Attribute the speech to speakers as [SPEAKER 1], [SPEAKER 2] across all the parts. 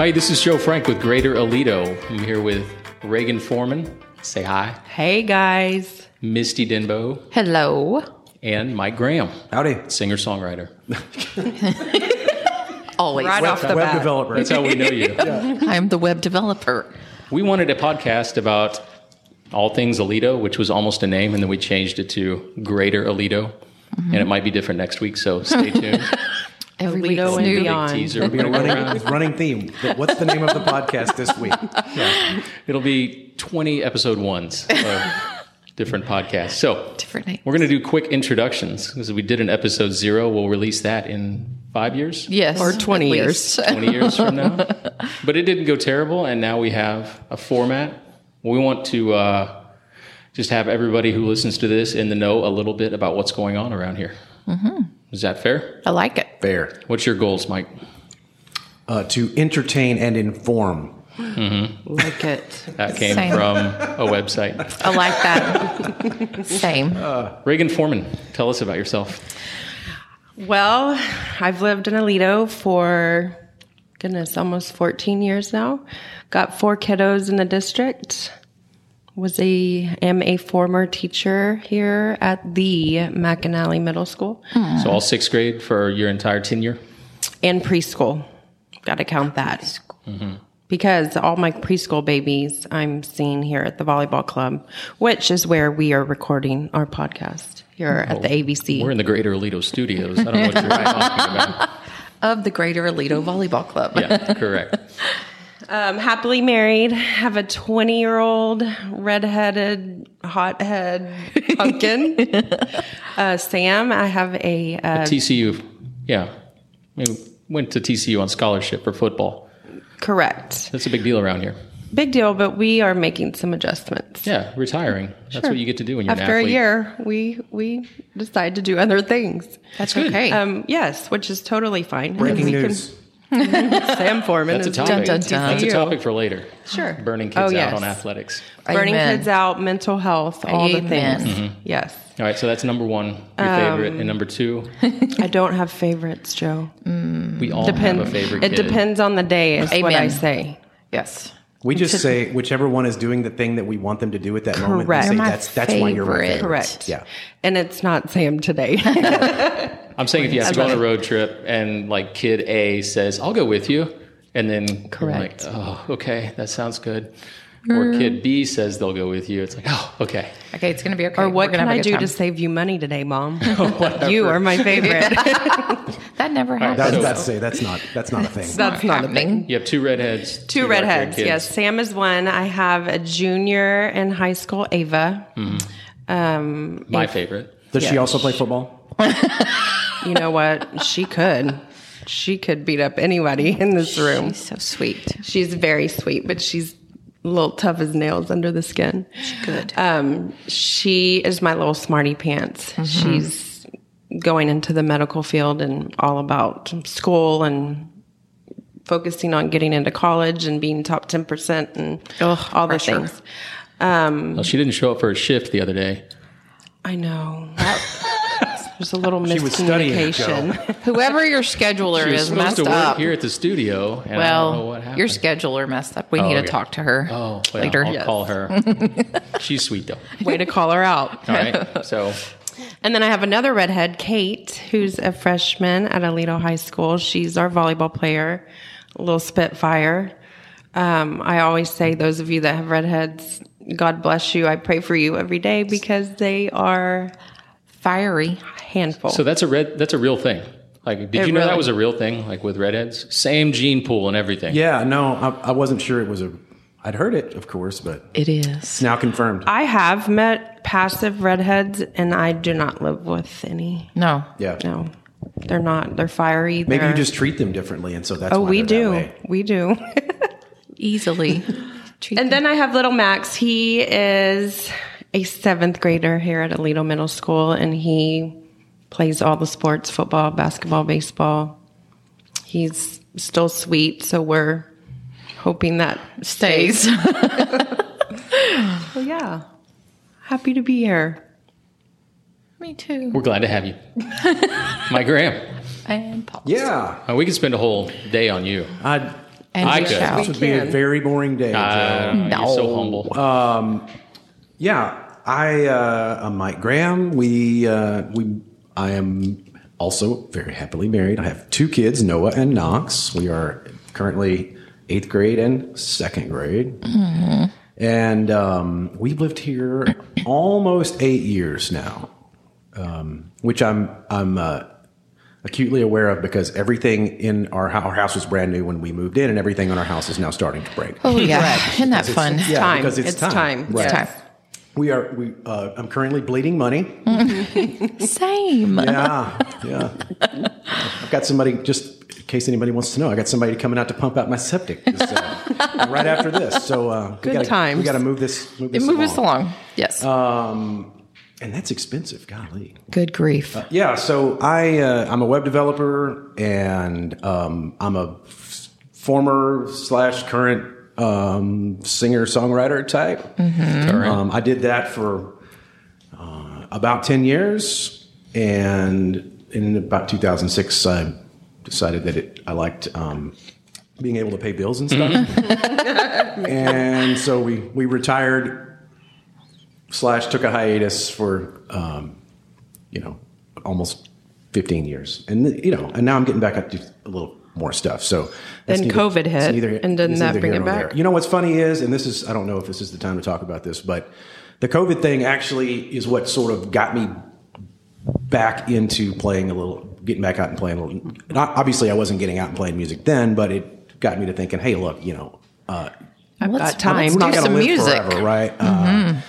[SPEAKER 1] Hi, this is Joe Frank with Greater Alito. I'm here with Reagan Foreman. Say hi.
[SPEAKER 2] Hey guys.
[SPEAKER 1] Misty Denbo
[SPEAKER 2] Hello.
[SPEAKER 1] and Mike Graham,
[SPEAKER 3] Howdy.
[SPEAKER 1] singer songwriter.
[SPEAKER 2] Always. Right off the
[SPEAKER 3] Web
[SPEAKER 2] bat.
[SPEAKER 3] developer.
[SPEAKER 1] That's how we know you.
[SPEAKER 2] I'm the web developer.
[SPEAKER 1] We wanted a podcast about all things Alito, which was almost a name, and then we changed it to Greater Alito. And it might be different next week, so stay tuned.
[SPEAKER 2] Every
[SPEAKER 4] Alito
[SPEAKER 2] week's
[SPEAKER 4] and
[SPEAKER 2] new.
[SPEAKER 4] beyond.
[SPEAKER 1] Big teaser.
[SPEAKER 3] Be a running, it's a running theme. But What's the name of the podcast this week?
[SPEAKER 1] It'll be 20 episode ones of different podcasts. So
[SPEAKER 2] Different name.
[SPEAKER 1] we're going to do quick introductions because we did an episode zero. We'll release that in five years.
[SPEAKER 2] Yes.
[SPEAKER 4] Or 20
[SPEAKER 2] at
[SPEAKER 4] years.
[SPEAKER 2] least.
[SPEAKER 1] 20 years from now. But it didn't go terrible, and now we have a format. We want to uh, just have everybody who listens to this in the know a little bit about what's going on around here. Is that fair?
[SPEAKER 2] I like it.
[SPEAKER 3] Fair.
[SPEAKER 1] What's your goals, Mike?
[SPEAKER 3] Uh, to entertain and inform.
[SPEAKER 4] Like it.
[SPEAKER 1] That came
[SPEAKER 2] Same.
[SPEAKER 1] from a website.
[SPEAKER 2] I like that. Same.
[SPEAKER 1] Reagan Foreman, tell us about yourself.
[SPEAKER 4] Well, I've lived in Alito for goodness, almost 14 years now. Got four kiddos in the district. Was a am a former teacher here at the McAnally Middle School
[SPEAKER 1] So, all sixth grade for your entire tenure?
[SPEAKER 4] and preschool. Got to count that. Because all my preschool babies I'm seeing here at the volleyball club, which is where we are recording our podcast here at the ABC.
[SPEAKER 1] Oh, We're in the Greater Alito studios. I don't know what you're talking about.
[SPEAKER 2] Of the Greater Alito Volleyball Club.
[SPEAKER 1] Yeah, correct.
[SPEAKER 4] I'm Um, happily married, have a 20 year old redheaded hothead pumpkin. uh, Sam, I have a, uh,
[SPEAKER 1] TCU, yeah. I mean, went to TCU on scholarship for football.
[SPEAKER 4] correct.
[SPEAKER 1] That's a big deal around here.
[SPEAKER 4] Big deal, but we are making some adjustments.
[SPEAKER 1] Yeah, retiring. That's what you get to do when you're
[SPEAKER 4] After
[SPEAKER 1] an
[SPEAKER 4] a
[SPEAKER 1] athlete.
[SPEAKER 4] year, we we decide to do other things.
[SPEAKER 2] That's okay.
[SPEAKER 4] Um, yes, which is totally fine.
[SPEAKER 3] Breaking
[SPEAKER 4] We can-
[SPEAKER 3] news.
[SPEAKER 4] Sam Foreman
[SPEAKER 1] That's a
[SPEAKER 4] is
[SPEAKER 1] topic.
[SPEAKER 2] Dun, dun, dun.
[SPEAKER 1] That's a
[SPEAKER 4] TCU.
[SPEAKER 1] topic for later.
[SPEAKER 4] Sure.
[SPEAKER 1] Burning kids
[SPEAKER 4] Oh,
[SPEAKER 1] out
[SPEAKER 4] yes.
[SPEAKER 1] on athletics.
[SPEAKER 4] burning
[SPEAKER 2] Amen.
[SPEAKER 4] kids out, mental health, all the
[SPEAKER 2] Amen.
[SPEAKER 4] things.
[SPEAKER 1] Mm-hmm.
[SPEAKER 4] Yes.
[SPEAKER 1] All right, so that's number one, your
[SPEAKER 4] Um,
[SPEAKER 1] favorite, and number two,
[SPEAKER 4] I don't have favorites, Joe.
[SPEAKER 1] we all
[SPEAKER 4] Depend-
[SPEAKER 1] have a favorite.
[SPEAKER 4] It
[SPEAKER 1] kid.
[SPEAKER 4] depends on the day, is what
[SPEAKER 2] Amen.
[SPEAKER 4] I say.
[SPEAKER 2] Yes.
[SPEAKER 3] We just say whichever one is doing the thing that we want them to do at that moment. We
[SPEAKER 4] Correct.
[SPEAKER 3] say,
[SPEAKER 4] My
[SPEAKER 3] that's that's why you're my
[SPEAKER 2] favorite.
[SPEAKER 3] favorite.
[SPEAKER 4] Correct.
[SPEAKER 3] Yeah.
[SPEAKER 4] And it's not Sam today.
[SPEAKER 1] I'm saying if you have to go on a road trip and like kid A says, "I'll go with you," and then you're
[SPEAKER 2] Correct.
[SPEAKER 1] like, oh, okay, that sounds good. Or kid B says they'll go with you. It's like, oh, okay.
[SPEAKER 2] Okay, it's going to be okay.
[SPEAKER 4] or what
[SPEAKER 2] We're gonna
[SPEAKER 4] can
[SPEAKER 2] have a
[SPEAKER 4] I
[SPEAKER 2] good
[SPEAKER 4] do
[SPEAKER 2] time.
[SPEAKER 4] to save you money today, Mom? you are my favorite.
[SPEAKER 2] That never
[SPEAKER 1] right,
[SPEAKER 2] happens.
[SPEAKER 3] That's,
[SPEAKER 1] So-
[SPEAKER 3] that's say that's not that's not a thing.
[SPEAKER 4] That's not a thing.
[SPEAKER 1] You have two redheads.
[SPEAKER 4] Two
[SPEAKER 1] dark-haired
[SPEAKER 4] redheads.
[SPEAKER 1] kids.
[SPEAKER 4] Yes, Sam is one. I have a junior in high school, Ava.
[SPEAKER 1] Mm-hmm.
[SPEAKER 4] Um,
[SPEAKER 1] My favorite.
[SPEAKER 3] Does she
[SPEAKER 4] Yeah.
[SPEAKER 3] also play football?
[SPEAKER 4] you know what? She could. She could beat up anybody in this room.
[SPEAKER 2] She's so sweet.
[SPEAKER 4] She's very sweet, but she's a little tough as nails under the skin.
[SPEAKER 2] Good.
[SPEAKER 4] Um, she is my little smarty pants.
[SPEAKER 2] Mm-hmm.
[SPEAKER 4] She's going into the medical field and all about school and focusing on getting into college and being top 10% and all the
[SPEAKER 2] pressure.
[SPEAKER 4] things.
[SPEAKER 1] Well, she didn't show up for her shift the other day.
[SPEAKER 4] I know. There's a little
[SPEAKER 3] She was studying,
[SPEAKER 4] miscommunication.
[SPEAKER 2] Whoever your scheduler
[SPEAKER 1] She was
[SPEAKER 2] is
[SPEAKER 1] supposed
[SPEAKER 2] messed
[SPEAKER 1] to work
[SPEAKER 2] up.
[SPEAKER 1] here at the studio, and I don't know
[SPEAKER 2] well,
[SPEAKER 1] what happened.
[SPEAKER 2] your scheduler messed up. We need
[SPEAKER 1] okay.
[SPEAKER 2] to talk to her
[SPEAKER 1] Oh, well,
[SPEAKER 2] later.
[SPEAKER 1] I'll
[SPEAKER 2] Yes.
[SPEAKER 1] call her. She's sweet though.
[SPEAKER 4] Way to call her out.
[SPEAKER 1] All right. So
[SPEAKER 4] And then I have another redhead, Kate, who's a freshman at Alito High School. She's our volleyball player, a little spitfire. Um, I always say, those of you that have redheads, God bless you. I pray for you every day because they are
[SPEAKER 2] Fiery.
[SPEAKER 4] a handful.
[SPEAKER 1] so that's a red that's a real thing. Like did
[SPEAKER 4] It
[SPEAKER 1] you know that
[SPEAKER 4] really-
[SPEAKER 1] was a real thing? Like with redheads? Same gene pool and everything.
[SPEAKER 3] Yeah, no, I, I wasn't sure it was a I'd heard it, of course, but
[SPEAKER 2] It is.
[SPEAKER 3] it's now confirmed.
[SPEAKER 4] I have met passive redheads, and I do not live with any.
[SPEAKER 2] No.
[SPEAKER 3] yeah.
[SPEAKER 4] No, they're not. They're fiery.
[SPEAKER 3] Maybe
[SPEAKER 4] they're-
[SPEAKER 3] you just treat them differently and so that's
[SPEAKER 4] Oh,
[SPEAKER 3] why
[SPEAKER 4] we
[SPEAKER 3] they're
[SPEAKER 4] do.
[SPEAKER 3] that way.
[SPEAKER 4] We do.
[SPEAKER 2] Easily.
[SPEAKER 4] And then I have little Max. He is a seventh grader here at Alito Middle School, and he plays all the sports football, basketball, baseball. He's still sweet, so we're hoping that
[SPEAKER 2] stays.
[SPEAKER 4] So, yeah. Happy to be here.
[SPEAKER 2] Me too.
[SPEAKER 1] We're glad to have you. My Graham.
[SPEAKER 2] And Paul.
[SPEAKER 3] Yeah.
[SPEAKER 1] Uh, we could spend a whole day on you.
[SPEAKER 3] I
[SPEAKER 2] And
[SPEAKER 1] I
[SPEAKER 2] we
[SPEAKER 1] could.
[SPEAKER 2] shall.
[SPEAKER 3] This would be a
[SPEAKER 4] can.
[SPEAKER 3] very boring day.
[SPEAKER 1] Uh,
[SPEAKER 3] Joe.
[SPEAKER 1] You're so humble.
[SPEAKER 3] Yeah, I uh, I'm Mike Graham. We uh, we I am also very happily married. I have two kids, Noah and Knox. We are currently eighth grade and second grade, and um, we've lived here almost eight years now, um, which I'm I'm. Uh, Acutely aware of because everything in our, hou- our house was brand new when we moved in, and everything on our house is now starting to break.
[SPEAKER 2] Oh yeah, isn't that fun?
[SPEAKER 3] Yeah,
[SPEAKER 4] time.
[SPEAKER 3] because it's,
[SPEAKER 4] It's time.
[SPEAKER 3] Right.
[SPEAKER 2] It's time.
[SPEAKER 3] We are. We. Uh, I'm currently bleeding money.
[SPEAKER 4] Mm-hmm.
[SPEAKER 2] Same.
[SPEAKER 3] Yeah, yeah. I've got somebody. Just in case anybody wants to know, I got somebody coming out to pump out my septic this, uh, right after this. So uh,
[SPEAKER 4] Good
[SPEAKER 3] we gotta,
[SPEAKER 4] times.
[SPEAKER 3] We got to move this. Move this
[SPEAKER 2] Move
[SPEAKER 3] along.
[SPEAKER 2] us along. Yes.
[SPEAKER 3] And that's expensive. Golly. Uh,
[SPEAKER 2] Good grief.
[SPEAKER 3] Yeah. So I uh, I'm a web developer and um, I'm a f- former slash current um, singer songwriter type.
[SPEAKER 2] Mm-hmm.
[SPEAKER 3] Um, I did that for uh, about 10 years. And in about 2006, I decided that it, I liked um, being able to pay bills and stuff. and so we, we retired slash took a hiatus for, um, you know, almost 15 years. And, you know, and now I'm getting back up to a little more stuff. So that's
[SPEAKER 4] Then COVID
[SPEAKER 3] it's
[SPEAKER 4] hit, and didn't
[SPEAKER 3] it's
[SPEAKER 4] that
[SPEAKER 3] neither
[SPEAKER 4] bring
[SPEAKER 3] here
[SPEAKER 4] it
[SPEAKER 3] nor
[SPEAKER 4] back?
[SPEAKER 3] there. You know what's funny is, and this is, I don't know if this is the time to talk about this, but the COVID thing actually is what sort of got me back into playing a little, getting back out and playing a little. and I- obviously, I wasn't getting out and playing music then, but it got me to thinking, hey, look, you know, uh,
[SPEAKER 2] I've
[SPEAKER 4] got time. I'm
[SPEAKER 2] Let's do
[SPEAKER 4] not
[SPEAKER 3] gonna
[SPEAKER 2] some
[SPEAKER 3] live
[SPEAKER 2] music. Mm-hmm.
[SPEAKER 3] forever, right? Uh,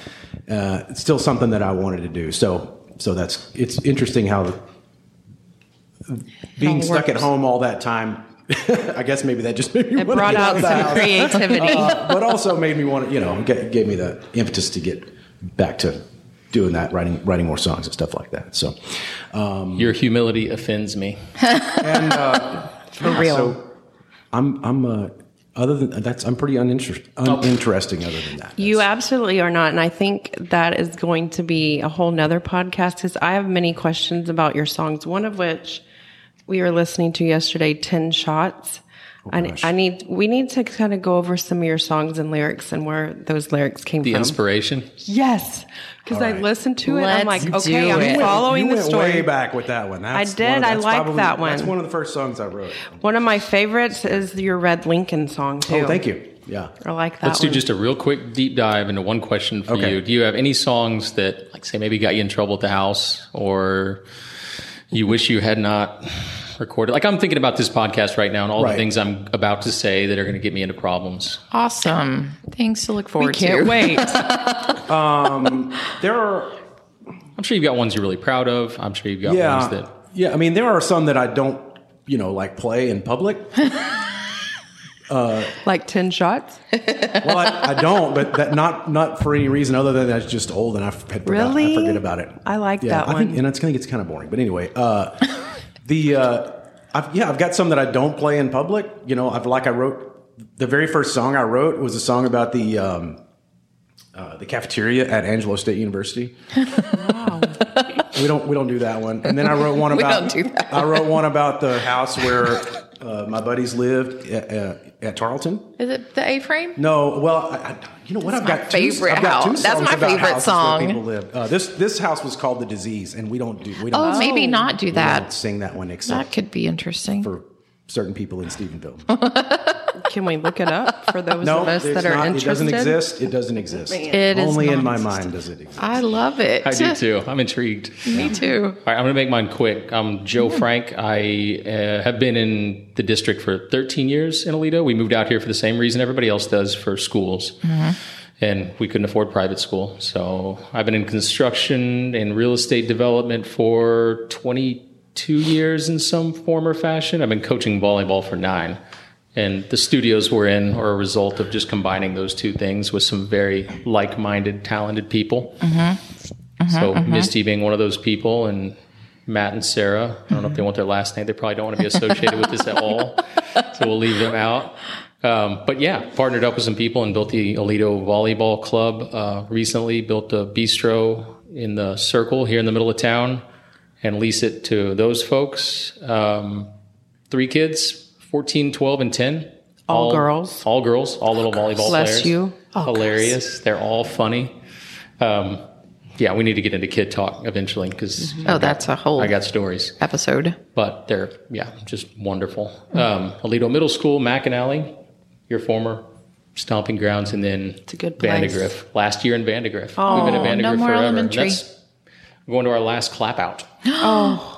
[SPEAKER 3] uh, it's still something that I wanted to do. So, so that's it's interesting how the, being
[SPEAKER 2] it
[SPEAKER 3] stuck at
[SPEAKER 2] works.
[SPEAKER 3] home all that time. I guess maybe that just made me
[SPEAKER 4] It
[SPEAKER 3] wanna
[SPEAKER 4] brought
[SPEAKER 3] get
[SPEAKER 4] out
[SPEAKER 3] of the
[SPEAKER 4] some
[SPEAKER 3] house.
[SPEAKER 4] creativity.
[SPEAKER 3] Uh, but also made me want to, you know, get, gave me the impetus to get back to doing that, writing writing more songs and stuff like that. So, um,
[SPEAKER 1] Your humility offends me.
[SPEAKER 3] and uh, for
[SPEAKER 4] real.
[SPEAKER 3] so I'm I'm uh, other than that's I'm pretty uninterest,
[SPEAKER 2] Oh.
[SPEAKER 3] uninteresting. Other than that,
[SPEAKER 4] You absolutely are not. And I think that is going to be a whole nother podcast because I have many questions about your songs, one of which we were listening to yesterday, 10 Shots. I,
[SPEAKER 3] gosh.
[SPEAKER 4] I need, we need to kind of go over some of your songs and lyrics and where those lyrics came
[SPEAKER 1] The
[SPEAKER 4] from.
[SPEAKER 1] inspiration.
[SPEAKER 4] yes. Because
[SPEAKER 3] All
[SPEAKER 4] I
[SPEAKER 3] right.
[SPEAKER 4] listened to it. I'm
[SPEAKER 2] Let's
[SPEAKER 4] like,
[SPEAKER 2] do
[SPEAKER 4] okay, I'm
[SPEAKER 2] it.
[SPEAKER 4] following
[SPEAKER 3] you went
[SPEAKER 4] the story.
[SPEAKER 3] way back with that one. That's
[SPEAKER 4] did.
[SPEAKER 3] one of-
[SPEAKER 4] I
[SPEAKER 3] that's
[SPEAKER 4] liked
[SPEAKER 3] probably-
[SPEAKER 4] that one.
[SPEAKER 3] That's one of the first songs I wrote.
[SPEAKER 4] One of my favorites is your Red Lincoln song, too.
[SPEAKER 3] Oh, thank you. Yeah.
[SPEAKER 4] I like that
[SPEAKER 1] Let's do
[SPEAKER 4] one.
[SPEAKER 1] just a real quick deep dive into one question for
[SPEAKER 3] Okay.
[SPEAKER 1] you. Do you have any songs that, like, say, maybe got you in trouble at the house, or you wish you had not recorded? Like, I'm thinking about this podcast right now and all
[SPEAKER 3] Right.
[SPEAKER 1] the things I'm about to say that are going to get me into problems.
[SPEAKER 2] Awesome. Things to look forward
[SPEAKER 4] Can't
[SPEAKER 2] to.
[SPEAKER 4] wait.
[SPEAKER 3] There are
[SPEAKER 1] I'm sure you've got ones you're really proud of. I'm sure you've got
[SPEAKER 3] yeah
[SPEAKER 1] ones that
[SPEAKER 3] yeah. I mean, there are some that I don't you know like play in public.
[SPEAKER 4] like 10 Shots?
[SPEAKER 3] well, I, I don't, but that not not for any reason other than that's just old and I f- had forgot-
[SPEAKER 4] Really?
[SPEAKER 3] I forget about it.
[SPEAKER 4] I like
[SPEAKER 3] yeah,
[SPEAKER 4] that
[SPEAKER 3] I think,
[SPEAKER 4] one.
[SPEAKER 3] and it's gonna get kind of boring. But anyway, uh, the uh, I've, yeah, I've got some that I don't play in public. You know, I've like I wrote the very first song I wrote was a song about the. Um, uh, the cafeteria at Angelo State University. we don't we don't do that one. And then I wrote one
[SPEAKER 2] We
[SPEAKER 3] about
[SPEAKER 2] don't do that
[SPEAKER 3] I wrote one about the house where uh, my buddies lived at, uh, at Tarleton.
[SPEAKER 2] Is it the A frame?
[SPEAKER 3] No, well, I, I, you know what? I've
[SPEAKER 2] my
[SPEAKER 3] got
[SPEAKER 2] favorite
[SPEAKER 3] Two, I've got two
[SPEAKER 2] house. That's
[SPEAKER 3] songs
[SPEAKER 2] my
[SPEAKER 3] about
[SPEAKER 2] favorite
[SPEAKER 3] houses where
[SPEAKER 2] song.
[SPEAKER 3] people live. Uh, this this house was called the disease, and we don't do we don't,
[SPEAKER 2] Oh, maybe not do
[SPEAKER 3] we don't
[SPEAKER 2] that.
[SPEAKER 3] sing that one except
[SPEAKER 2] That could be interesting.
[SPEAKER 3] for certain people in Stephenville.
[SPEAKER 4] Can we look it up for those
[SPEAKER 3] no,
[SPEAKER 4] of us
[SPEAKER 3] it's
[SPEAKER 4] that are
[SPEAKER 3] not, it
[SPEAKER 4] interested?
[SPEAKER 3] doesn't exist. It doesn't exist.
[SPEAKER 2] It is
[SPEAKER 3] only in
[SPEAKER 2] not
[SPEAKER 3] my
[SPEAKER 2] exist-
[SPEAKER 3] mind does it exist.
[SPEAKER 2] I love it.
[SPEAKER 1] I do too. I'm intrigued.
[SPEAKER 2] Me too.
[SPEAKER 1] All right, I'm going to make mine quick. I'm Joe Frank. I uh, have been in the district for 13 years in Alito. We moved out here for the same reason everybody else does for schools. And we couldn't afford private school. So I've been in construction and real estate development for 22 years in some form or fashion. I've been coaching volleyball for nine. And the studios we're in are a result of just combining those two things with some very like minded, talented people. So Misty being one of those people, and Matt and Sarah. I don't know if they want their last name. They probably don't want to be associated with this at all. So we'll leave them out. Um, but yeah, partnered up with some people and built the Alito Volleyball Club uh, recently. Built a bistro in the circle here in the middle of town, and lease it to those folks. Um, three kids, 14, 12, and 10.
[SPEAKER 4] All girls. Oh,
[SPEAKER 1] all girls, all little volleyball
[SPEAKER 4] Bless
[SPEAKER 1] players.
[SPEAKER 4] you. Oh,
[SPEAKER 1] hilarious. They're all funny. Um, yeah, we need to get into kid talk eventually because
[SPEAKER 4] Mm-hmm.
[SPEAKER 2] Oh, that's a whole
[SPEAKER 1] I got stories,
[SPEAKER 2] episode.
[SPEAKER 1] but they're yeah, just wonderful. Um, Alito Middle School, McAnally, your former stomping grounds, and then it's
[SPEAKER 4] a good place.
[SPEAKER 1] Vandegrift. Last year in Vandegrift, we've been
[SPEAKER 2] Oh,
[SPEAKER 1] at Vandegrift
[SPEAKER 2] no more
[SPEAKER 1] forever.
[SPEAKER 2] elementary.
[SPEAKER 1] That's going to our last clap out.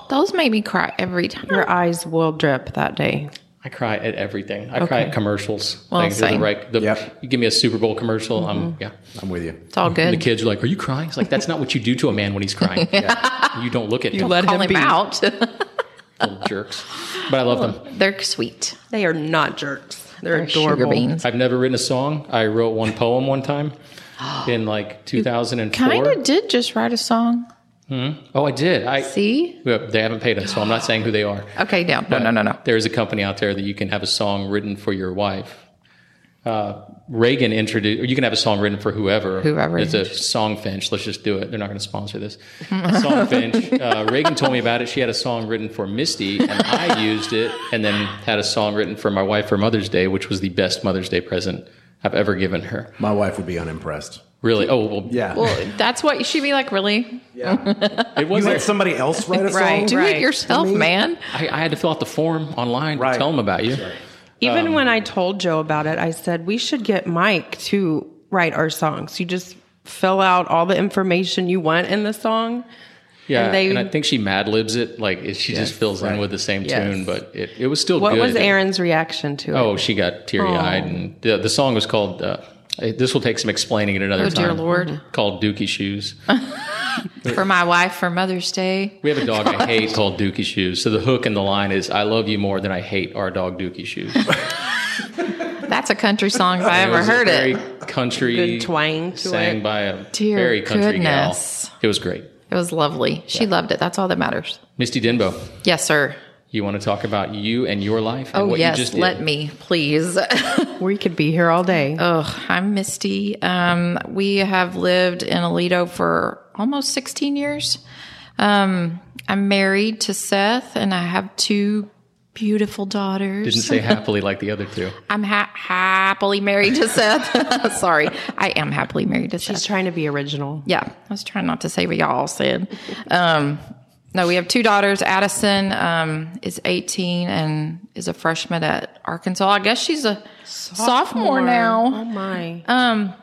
[SPEAKER 2] Those made me cry every time.
[SPEAKER 4] Your eyes will drip that day.
[SPEAKER 1] I cry at everything. I cry at commercials.
[SPEAKER 2] Well,
[SPEAKER 1] Things are the
[SPEAKER 2] same. Mm-hmm.
[SPEAKER 1] right. The,
[SPEAKER 3] Yep.
[SPEAKER 1] You give me a Super Bowl commercial. I'm yeah.
[SPEAKER 3] I'm with you.
[SPEAKER 2] It's all
[SPEAKER 1] And the
[SPEAKER 2] good.
[SPEAKER 1] kids are like, "Are you crying?" It's like that's not what you do to a man when he's crying. You don't look at him,
[SPEAKER 2] Let Call him, out.
[SPEAKER 1] little jerks. But I love them.
[SPEAKER 2] They're sweet.
[SPEAKER 4] They are not jerks. They're,
[SPEAKER 2] They're
[SPEAKER 4] adorable.
[SPEAKER 2] sugar beans.
[SPEAKER 1] I've never written a song. I wrote one poem one time in like 2004.
[SPEAKER 2] Kind of did just write a song.
[SPEAKER 1] Oh, I did. I
[SPEAKER 2] See?
[SPEAKER 1] Well, they haven't paid us, so I'm not saying who they are.
[SPEAKER 2] Okay, down. No, no, no, no.
[SPEAKER 1] There's a company out there that you can have a song written for your wife. Uh, Reagan introduced, or you can have a song written for whoever.
[SPEAKER 2] Whoever.
[SPEAKER 1] It's a song finch. Let's just do it. They're not going to sponsor this. song finch. Uh, Reagan told me about it. She had a song written for Misty, and I used it, and then had a song written for my wife for Mother's Day, which was the best Mother's Day present I've ever given her.
[SPEAKER 3] My wife would be unimpressed.
[SPEAKER 1] Really? Oh, well,
[SPEAKER 3] Yeah.
[SPEAKER 2] Well, that's what she'd be like, really?
[SPEAKER 1] It
[SPEAKER 3] you
[SPEAKER 1] wasn't.
[SPEAKER 3] let somebody else write a song?
[SPEAKER 4] Right.
[SPEAKER 2] Do
[SPEAKER 4] Right.
[SPEAKER 2] it yourself,
[SPEAKER 3] I mean-
[SPEAKER 2] man.
[SPEAKER 1] I, I had to fill out the form online
[SPEAKER 3] Right.
[SPEAKER 1] to tell them about you.
[SPEAKER 4] Even when I told Joe about it, I said we should get Mike to write our songs. You just fill out all the information you want in the song.
[SPEAKER 1] Yeah,
[SPEAKER 4] And
[SPEAKER 1] and,
[SPEAKER 4] they-
[SPEAKER 1] I think she mad libs it. Like it- she just fills in
[SPEAKER 3] right.
[SPEAKER 1] with the same
[SPEAKER 4] Yes.
[SPEAKER 1] tune, but it, it was still
[SPEAKER 4] What
[SPEAKER 1] good.
[SPEAKER 4] was Oh. Aaron's reaction to it?
[SPEAKER 1] Oh, she got teary eyed, and the, the song was called. Uh, it- this will take some explaining at another
[SPEAKER 2] Oh,
[SPEAKER 1] time.
[SPEAKER 2] dear Lord.
[SPEAKER 1] Called Dookie Shoes.
[SPEAKER 2] For my wife for Mother's Day.
[SPEAKER 1] We have a dog I hate called Dookie Shoes. So the hook and the line is, "I love you more than I hate our dog Dookie Shoes." It
[SPEAKER 2] That's a country song if I ever
[SPEAKER 1] was a
[SPEAKER 2] heard
[SPEAKER 1] very
[SPEAKER 2] it.
[SPEAKER 1] Country
[SPEAKER 4] Good twang to
[SPEAKER 1] sang
[SPEAKER 4] it.
[SPEAKER 1] by a
[SPEAKER 2] Dear
[SPEAKER 1] very country
[SPEAKER 2] goodness.
[SPEAKER 1] gal. It was great.
[SPEAKER 2] It was lovely. She loved it. That's all that matters.
[SPEAKER 1] Misty Denbo,
[SPEAKER 2] Yes, sir.
[SPEAKER 1] you want to talk about you and your life? And
[SPEAKER 2] Oh,
[SPEAKER 1] what
[SPEAKER 2] yes.
[SPEAKER 1] you just did?
[SPEAKER 2] Let me, please.
[SPEAKER 4] We could be here all day.
[SPEAKER 2] Ugh, I'm Misty. Um, we have lived in Alito for almost 16 years. Um, I'm married to Seth, and I have two beautiful daughters.
[SPEAKER 1] Didn't say happily like the other two.
[SPEAKER 2] I'm ha- happily married to Seth. Sorry, I am happily married to Seth.
[SPEAKER 4] She's trying to be original.
[SPEAKER 2] Yeah, I was trying not to say what y'all said. Um, no, we have two daughters. Addison um, is 18 and is a freshman at Arkansas. I guess she's a sophomore, now. Um,
[SPEAKER 4] Oh my.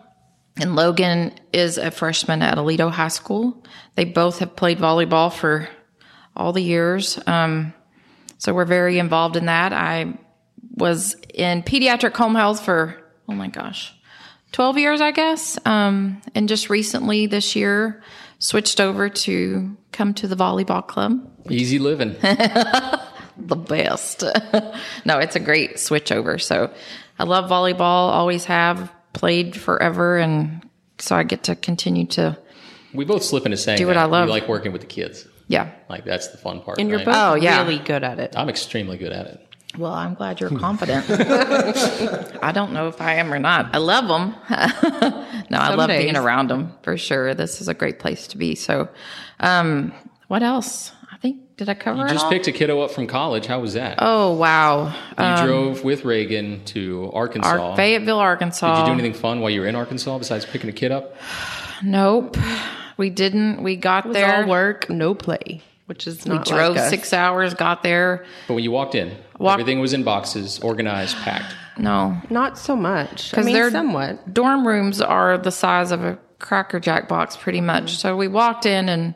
[SPEAKER 2] And Logan is a freshman at Alito High School. They both have played volleyball for all the years. Um, so we're very involved in that. I was in pediatric home health for, oh my gosh, 12 years, I guess. Um, and just recently this year, switched over to come to the volleyball club
[SPEAKER 1] Easy living.
[SPEAKER 2] the best. no, it's a great switch over. So I love volleyball, always have played forever. And so I get to continue to,
[SPEAKER 1] We both slip into saying
[SPEAKER 2] Do what
[SPEAKER 1] that.
[SPEAKER 2] I love.
[SPEAKER 1] We like working with the kids.
[SPEAKER 2] yeah.
[SPEAKER 1] Like that's the fun part.
[SPEAKER 4] and you're
[SPEAKER 1] right?
[SPEAKER 4] both
[SPEAKER 2] Oh, yeah.
[SPEAKER 4] really good at it.
[SPEAKER 1] I'm extremely good at it.
[SPEAKER 2] Well, I'm glad you're confident. I don't know if I am or not. I love them. no, I love
[SPEAKER 4] days.
[SPEAKER 2] being around them for sure. This is a great place to be. So, um, what else? I think, did I cover
[SPEAKER 1] You
[SPEAKER 2] it
[SPEAKER 1] just
[SPEAKER 2] all?
[SPEAKER 1] picked a kiddo up from college. How was that?
[SPEAKER 2] oh, wow.
[SPEAKER 1] you
[SPEAKER 2] Uh,
[SPEAKER 1] drove with Reagan to Arkansas.
[SPEAKER 2] Ar- Fayetteville, Arkansas.
[SPEAKER 1] Did you do anything fun while you were in Arkansas besides picking a kid up?
[SPEAKER 2] Nope. We didn't. We got
[SPEAKER 4] It's
[SPEAKER 2] there.
[SPEAKER 4] all work, no play, which is
[SPEAKER 2] We
[SPEAKER 4] not
[SPEAKER 2] drove
[SPEAKER 4] like us.
[SPEAKER 2] six hours, got there.
[SPEAKER 1] But when you walked in,
[SPEAKER 2] Walk-
[SPEAKER 1] everything was in boxes, organized, packed.
[SPEAKER 2] No,
[SPEAKER 4] Not so much. I
[SPEAKER 2] because
[SPEAKER 4] mean,
[SPEAKER 2] their
[SPEAKER 4] somewhat.
[SPEAKER 2] dorm rooms are the size of a Cracker Jack box, pretty
[SPEAKER 4] Mm.
[SPEAKER 2] much. So we walked in, and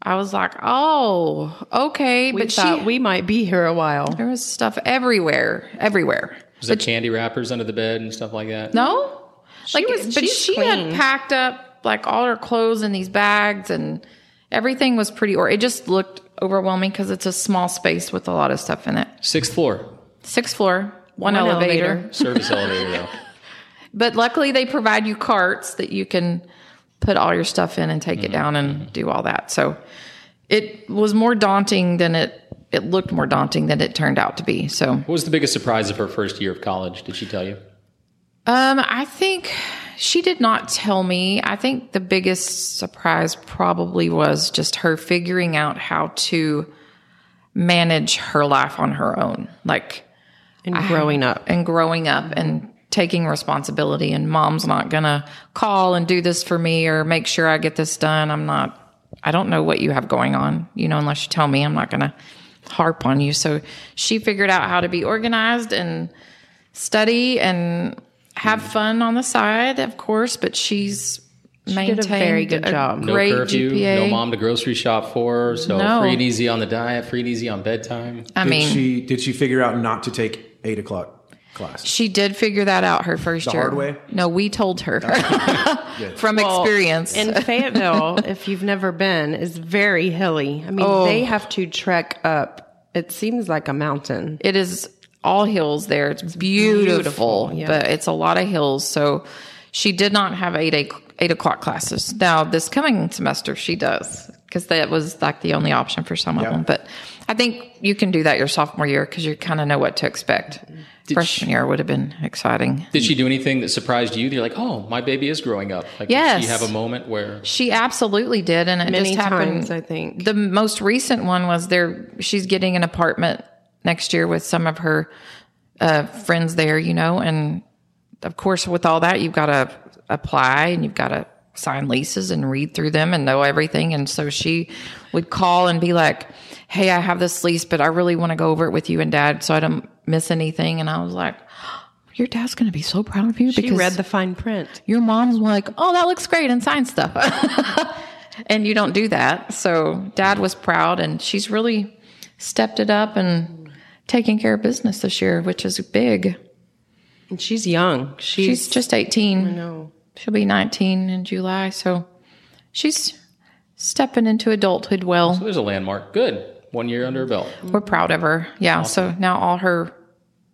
[SPEAKER 2] I was like, "Oh, okay."
[SPEAKER 4] We
[SPEAKER 2] but
[SPEAKER 4] thought
[SPEAKER 2] she,
[SPEAKER 4] we might be here a while.
[SPEAKER 2] there was stuff everywhere, everywhere.
[SPEAKER 1] Was there candy wrappers under the bed and stuff like that?
[SPEAKER 2] No, like,
[SPEAKER 4] was-
[SPEAKER 2] but
[SPEAKER 4] she's
[SPEAKER 2] she
[SPEAKER 4] clean.
[SPEAKER 2] had packed up like all her clothes in these bags, and everything was pretty. Or it just looked overwhelming because it's a small space with a lot of stuff in it.
[SPEAKER 1] Sixth floor,
[SPEAKER 2] Sixth floor, one,
[SPEAKER 4] One
[SPEAKER 2] elevator.
[SPEAKER 4] elevator.
[SPEAKER 1] service elevator though.
[SPEAKER 2] But luckily, they provide you carts that you can put all your stuff in and take it down and do all that. So it was more daunting than it it looked more daunting than it turned out to be. So um,
[SPEAKER 1] What was the biggest surprise of her first year of college? Did she tell you?
[SPEAKER 2] I think she did not tell me. I think the biggest surprise probably was just her figuring out how to manage her life on her own. Like
[SPEAKER 4] and growing up.
[SPEAKER 2] and growing up and taking responsibility and mom's not going to call and do this for me or make sure I get this done. I'm not I don't know what you have going on, you know, unless you tell me. I'm not going to harp on you. So she figured out how to be organized and study and have fun on the side, of course, but she's
[SPEAKER 4] did
[SPEAKER 2] maintained
[SPEAKER 4] a very good
[SPEAKER 2] a
[SPEAKER 4] job. No
[SPEAKER 1] No
[SPEAKER 2] Great
[SPEAKER 1] curfew,
[SPEAKER 2] GPA.
[SPEAKER 1] no mom to grocery shop for. So
[SPEAKER 2] No.
[SPEAKER 1] free and easy on the diet, free and easy on bedtime.
[SPEAKER 2] I mean,
[SPEAKER 3] did she did she figure out not to take eight o'clock class?
[SPEAKER 2] She did figure that out her first year.
[SPEAKER 3] hard way?
[SPEAKER 2] No, we told her from experience.
[SPEAKER 4] In Fayetteville, if you've never been, is very hilly. I mean, they have to trek up. It seems like a mountain.
[SPEAKER 2] it is all hills there. It's, beautiful,
[SPEAKER 4] beautiful, yeah.
[SPEAKER 2] but it's a lot of hills. So she did not have eight eight, eight o'clock classes. Now this coming semester she does because that was like the only option for some of them. But I think you can do that your sophomore year because you kind of know what to expect. Freshman year would have been exciting.
[SPEAKER 1] Did she do anything that surprised you? That You're like, oh, my baby is growing up. Like, did
[SPEAKER 2] Yes.
[SPEAKER 1] she have a moment where
[SPEAKER 2] She absolutely did, and it
[SPEAKER 4] Many
[SPEAKER 2] just happened.
[SPEAKER 4] times, I think.
[SPEAKER 2] the most recent one was there she's getting an apartment next year with some of her uh, friends there you know and of course with all that you've got to apply and you've got to sign leases and read through them and know everything and so she would call and be like hey i have this lease but i really want to go over it with you and dad so i don't miss anything and i was like your dad's going to be so proud of you
[SPEAKER 4] She read the fine print.
[SPEAKER 2] your mom's like, oh, that looks great and sign stuff. and you don't do that. So dad was proud and she's really stepped it up and taking care of business this year, which is big.
[SPEAKER 4] And she's young. She's,
[SPEAKER 2] She's just 18.
[SPEAKER 4] no.
[SPEAKER 2] She'll be 19 in July. So she's stepping into adulthood well.
[SPEAKER 1] "Oh, there's a landmark? Good. One year under her belt.
[SPEAKER 2] We're proud of her. Yeah. So now all her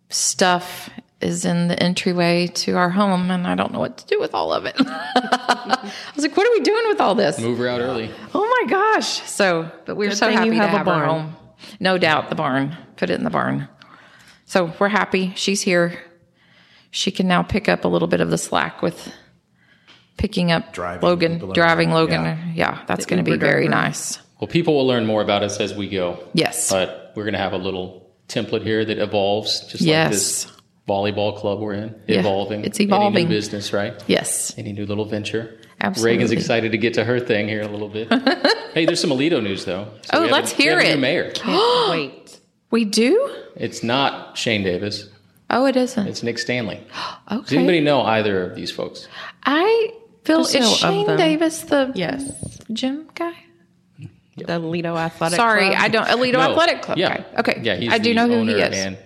[SPEAKER 2] stuff is in the entryway to our home and I don't know what to do with all of it. I was like, what are we doing with all this?
[SPEAKER 1] Move her out early.
[SPEAKER 2] Oh my gosh! So, but we're
[SPEAKER 4] Good
[SPEAKER 2] so
[SPEAKER 4] thing you
[SPEAKER 2] happy
[SPEAKER 4] have
[SPEAKER 2] to
[SPEAKER 4] a
[SPEAKER 2] have her
[SPEAKER 4] barn.
[SPEAKER 2] home. No doubt, the barn. Put it in the barn. So we're happy she's here. She can now pick up a little bit of the slack with picking up
[SPEAKER 3] Driving
[SPEAKER 2] Logan,
[SPEAKER 3] people around.
[SPEAKER 2] driving Logan. Yeah, that's going to be
[SPEAKER 4] Uber
[SPEAKER 2] very
[SPEAKER 4] driver.
[SPEAKER 2] nice.
[SPEAKER 1] Well, people will learn more about us as we go.
[SPEAKER 2] Yes.
[SPEAKER 1] But we're going to have a little template here that evolves, just like
[SPEAKER 2] Yes.
[SPEAKER 1] this volleyball club we're in,
[SPEAKER 2] Yeah,
[SPEAKER 1] evolving.
[SPEAKER 2] it's
[SPEAKER 1] Any new
[SPEAKER 2] evolving.
[SPEAKER 1] business, right?
[SPEAKER 2] Yes.
[SPEAKER 1] Any new little venture.
[SPEAKER 2] Absolutely.
[SPEAKER 1] Reagan's excited to get to her thing here in a little bit. hey, there's some Alito news though. So
[SPEAKER 2] Oh,
[SPEAKER 1] we have
[SPEAKER 2] let's
[SPEAKER 1] a, we have
[SPEAKER 2] hear
[SPEAKER 1] a new
[SPEAKER 2] it.
[SPEAKER 1] mayor.
[SPEAKER 4] Wait.
[SPEAKER 2] We do.
[SPEAKER 1] It's not Shane Davis.
[SPEAKER 2] Oh, it isn't.
[SPEAKER 1] It's Nick Stanley. Does
[SPEAKER 2] okay.
[SPEAKER 1] anybody know either of these folks?
[SPEAKER 2] I feel
[SPEAKER 4] Just know
[SPEAKER 2] is
[SPEAKER 4] of
[SPEAKER 2] Shane
[SPEAKER 4] them.
[SPEAKER 2] Davis the
[SPEAKER 4] Yes.
[SPEAKER 2] gym guy.
[SPEAKER 4] The Lido Athletic
[SPEAKER 2] Sorry,
[SPEAKER 4] Club.
[SPEAKER 2] I don't. Alito
[SPEAKER 1] No.
[SPEAKER 2] Athletic Club.
[SPEAKER 1] Yeah.
[SPEAKER 2] guy. Okay.
[SPEAKER 1] Yeah, he's
[SPEAKER 2] I do
[SPEAKER 1] the
[SPEAKER 2] know who he
[SPEAKER 1] owner,
[SPEAKER 2] is.
[SPEAKER 1] And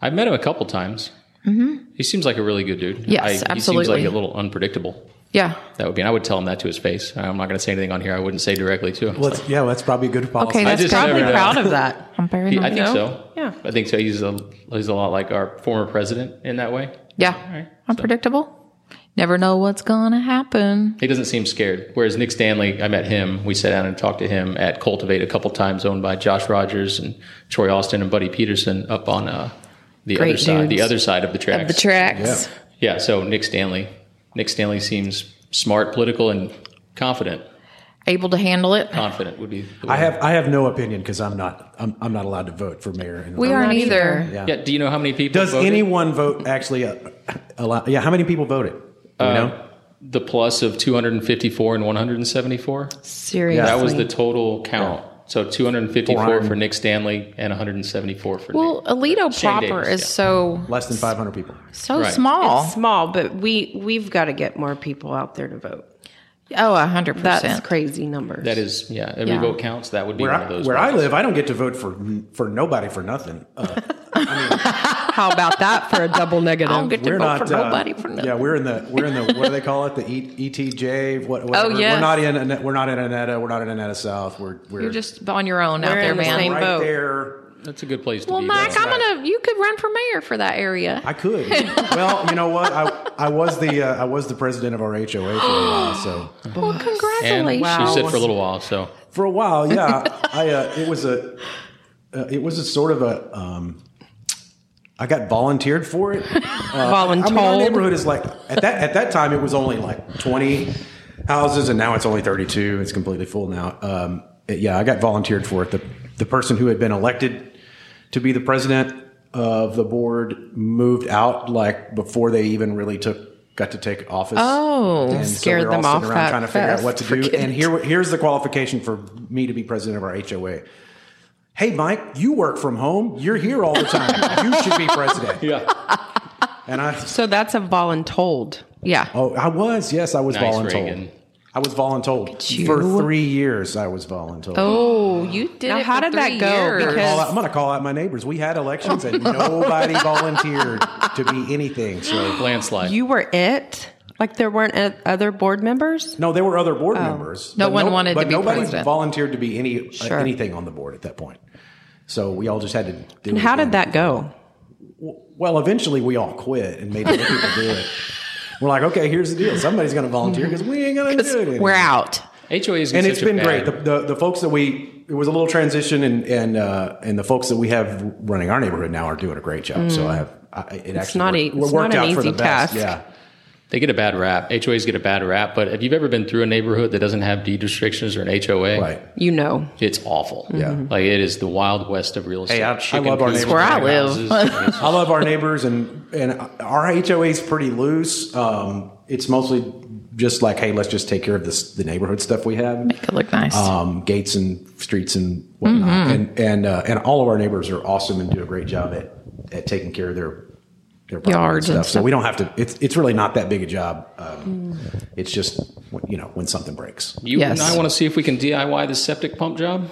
[SPEAKER 1] I've met him a couple times. Mm-hmm. He seems like a really good dude.
[SPEAKER 2] Yes,
[SPEAKER 1] I, He seems
[SPEAKER 2] absolutely.
[SPEAKER 1] like a little unpredictable.
[SPEAKER 2] yeah.
[SPEAKER 1] That would be, and I would tell him that to his face. I'm not going to say anything on here. I wouldn't say directly to him.
[SPEAKER 3] Well, that's- yeah, well, that's probably a good policy.
[SPEAKER 2] Okay,
[SPEAKER 1] I
[SPEAKER 2] that's
[SPEAKER 1] just
[SPEAKER 2] probably
[SPEAKER 1] never know.
[SPEAKER 2] proud of.
[SPEAKER 4] of that.
[SPEAKER 2] I'm very.
[SPEAKER 1] He- I
[SPEAKER 2] not-
[SPEAKER 1] think
[SPEAKER 2] no.
[SPEAKER 1] so.
[SPEAKER 4] Yeah.
[SPEAKER 1] I think so. He's a he's a lot like our former president in that way.
[SPEAKER 2] Yeah. Unpredictable. Never know what's going to happen.
[SPEAKER 1] He doesn't seem scared. Whereas Nick Stanley, I met him. We sat down and talked to him at Cultivate a couple times, owned by Josh Rogers and Troy Austin and Buddy Peterson up on uh, the other
[SPEAKER 4] Great
[SPEAKER 1] side, the
[SPEAKER 4] dudes.
[SPEAKER 1] other side of the tracks.
[SPEAKER 2] The tracks.
[SPEAKER 3] Yeah.
[SPEAKER 1] yeah. So Nick Stanley, Nick Stanley seems smart, political, and confident.
[SPEAKER 2] Able to handle it.
[SPEAKER 1] Confident would be. the
[SPEAKER 3] I
[SPEAKER 1] word.
[SPEAKER 3] have I have no opinion because I'm not I'm, I'm not allowed to vote for mayor. In
[SPEAKER 2] We
[SPEAKER 3] Atlanta.
[SPEAKER 2] aren't
[SPEAKER 4] either.
[SPEAKER 2] either.
[SPEAKER 1] Yeah. Do you know how many people?
[SPEAKER 3] Does
[SPEAKER 1] voted?
[SPEAKER 3] anyone vote actually? Uh, allow, yeah, how many people voted? Do
[SPEAKER 1] Uh,
[SPEAKER 3] we know?
[SPEAKER 1] the plus of 254 and 174?
[SPEAKER 4] Seriously.
[SPEAKER 1] That was the total count. So 254
[SPEAKER 3] Four.
[SPEAKER 1] for Nick Stanley and 174 for Nick.
[SPEAKER 2] Well, Alito
[SPEAKER 1] Shane
[SPEAKER 2] proper
[SPEAKER 1] Davis,
[SPEAKER 2] is
[SPEAKER 1] yeah.
[SPEAKER 2] so
[SPEAKER 3] Less than 500 people.
[SPEAKER 2] so
[SPEAKER 1] Right.
[SPEAKER 2] small.
[SPEAKER 4] It's small, but we we've got to get more people out there to vote.
[SPEAKER 2] oh, a hundred
[SPEAKER 4] That's
[SPEAKER 2] percent.
[SPEAKER 4] crazy numbers.
[SPEAKER 1] That is, yeah, every
[SPEAKER 2] Yeah.
[SPEAKER 1] vote counts. That would be
[SPEAKER 3] Where,
[SPEAKER 1] one of
[SPEAKER 3] I,
[SPEAKER 1] those.
[SPEAKER 3] where I
[SPEAKER 1] votes.
[SPEAKER 3] live, I don't get to vote for for nobody for nothing. Uh,
[SPEAKER 4] How about that for a double
[SPEAKER 2] I don't
[SPEAKER 4] negative?
[SPEAKER 2] get to
[SPEAKER 3] we're
[SPEAKER 2] vote
[SPEAKER 3] not
[SPEAKER 2] for
[SPEAKER 3] uh,
[SPEAKER 2] nobody for nothing.
[SPEAKER 3] Yeah, we're in the we're in the what do they call it? The e, ETJ. What? Whatever.
[SPEAKER 2] Oh, yes.
[SPEAKER 3] We're not in Anet- we're not in Aneta. We're not in Aneta South. We're we're
[SPEAKER 2] You're just on your own out
[SPEAKER 4] We're
[SPEAKER 2] there,
[SPEAKER 4] in the
[SPEAKER 2] man.
[SPEAKER 4] same-
[SPEAKER 3] right
[SPEAKER 4] vote.
[SPEAKER 3] there.
[SPEAKER 1] That's a good place to
[SPEAKER 2] well,
[SPEAKER 1] be.
[SPEAKER 2] Mike,
[SPEAKER 1] though.
[SPEAKER 2] I'm gonna. You could run for mayor for that area.
[SPEAKER 3] I could. well, you know what? I I was the uh, I was the president of our HOA for a while. So
[SPEAKER 2] well,
[SPEAKER 1] and
[SPEAKER 2] congratulations.
[SPEAKER 1] she said for a little while, so
[SPEAKER 3] for a while, yeah, I uh, it was a uh, it was a sort of a um, I got volunteered for it. I mean, our
[SPEAKER 4] Voluntold.
[SPEAKER 3] neighborhood is like at that at that time it was only like twenty houses, and now it's only thirty two. It's completely full now. Um, it- yeah, I got volunteered for it. The the person who had been elected to be the president of the board moved out like before they even really took got to take office.
[SPEAKER 2] Oh,
[SPEAKER 3] And so
[SPEAKER 4] scared
[SPEAKER 3] we're all
[SPEAKER 4] them
[SPEAKER 3] sitting
[SPEAKER 4] off
[SPEAKER 3] around
[SPEAKER 4] that
[SPEAKER 3] trying to figure out
[SPEAKER 4] fast.
[SPEAKER 3] what to do.
[SPEAKER 2] Forget
[SPEAKER 3] And
[SPEAKER 2] it.
[SPEAKER 3] here here's the qualification for me to be president of our HOA. Hey Mike, you work from home. You're here all the time. you should be president.
[SPEAKER 1] Yeah.
[SPEAKER 3] And I
[SPEAKER 4] So that's a voluntold. Yeah.
[SPEAKER 3] Oh, I was. Yes, I was
[SPEAKER 1] Nice,
[SPEAKER 3] voluntold.
[SPEAKER 1] Reagan.
[SPEAKER 3] I was voluntold for three years. I was voluntold.
[SPEAKER 2] Oh, you did.
[SPEAKER 4] Now,
[SPEAKER 2] it
[SPEAKER 4] how
[SPEAKER 2] for
[SPEAKER 4] did that
[SPEAKER 2] three
[SPEAKER 4] go?
[SPEAKER 2] years.
[SPEAKER 4] Because-
[SPEAKER 3] Call out- I'm going to call out my neighbors. We had elections and nobody volunteered to be anything. So
[SPEAKER 1] Landslide.
[SPEAKER 4] You were it? Like there weren't o- other board members?
[SPEAKER 3] no, there were other board members.
[SPEAKER 2] Oh. No
[SPEAKER 3] but
[SPEAKER 2] one wanted to
[SPEAKER 3] but
[SPEAKER 2] be
[SPEAKER 3] nobody
[SPEAKER 2] president.
[SPEAKER 3] volunteered to be any uh,
[SPEAKER 4] Sure.
[SPEAKER 3] anything on the board at that point. So we all just had to do.
[SPEAKER 4] And
[SPEAKER 3] it
[SPEAKER 4] how did
[SPEAKER 3] again.
[SPEAKER 4] that go?
[SPEAKER 3] Well, eventually we all quit and made other people do it. We're like, okay, here's the deal. Somebody's going to volunteer because we ain't going to do it. Anymore.
[SPEAKER 4] We're out.
[SPEAKER 1] HOA is
[SPEAKER 3] and it's been great. The, the the folks that we it was a little transition, and and uh, and the folks that we have running our neighborhood now are doing a great job. So I have I, it actually
[SPEAKER 4] not
[SPEAKER 3] worked,
[SPEAKER 4] a- Mm. it's
[SPEAKER 3] worked
[SPEAKER 4] not an
[SPEAKER 3] out for the
[SPEAKER 4] easy task.
[SPEAKER 3] best. Yeah,
[SPEAKER 1] They get a bad rap. HOAs get a bad rap, but if you've ever been through a neighborhood that doesn't have deed restrictions or an HOA,
[SPEAKER 3] right.
[SPEAKER 4] You know.
[SPEAKER 1] it's awful.
[SPEAKER 3] Yeah.
[SPEAKER 1] Like it is the wild west of real estate.
[SPEAKER 3] I- I
[SPEAKER 1] Chicken
[SPEAKER 3] love our
[SPEAKER 1] coops,
[SPEAKER 3] neighborhood.
[SPEAKER 2] Mm-hmm. That's where I
[SPEAKER 1] houses. It's-
[SPEAKER 3] I love our neighbors, and and our HOA is pretty loose. Um, it's mostly just like, hey, let's just take care of this the neighborhood stuff we have.
[SPEAKER 2] Could look nice.
[SPEAKER 4] Oh.
[SPEAKER 3] um, gates and streets and whatnot.
[SPEAKER 2] Mm-hmm.
[SPEAKER 3] And and uh, and all of our neighbors are awesome and do a great job at at taking care of their their property
[SPEAKER 2] Yards and
[SPEAKER 3] So
[SPEAKER 2] stuff. Mm.
[SPEAKER 3] we don't have to. It's it's really not that big a job. Um, It's just when- you know when something breaks.
[SPEAKER 1] You
[SPEAKER 2] Yes.
[SPEAKER 1] and I want to see if we can DIY the septic pump job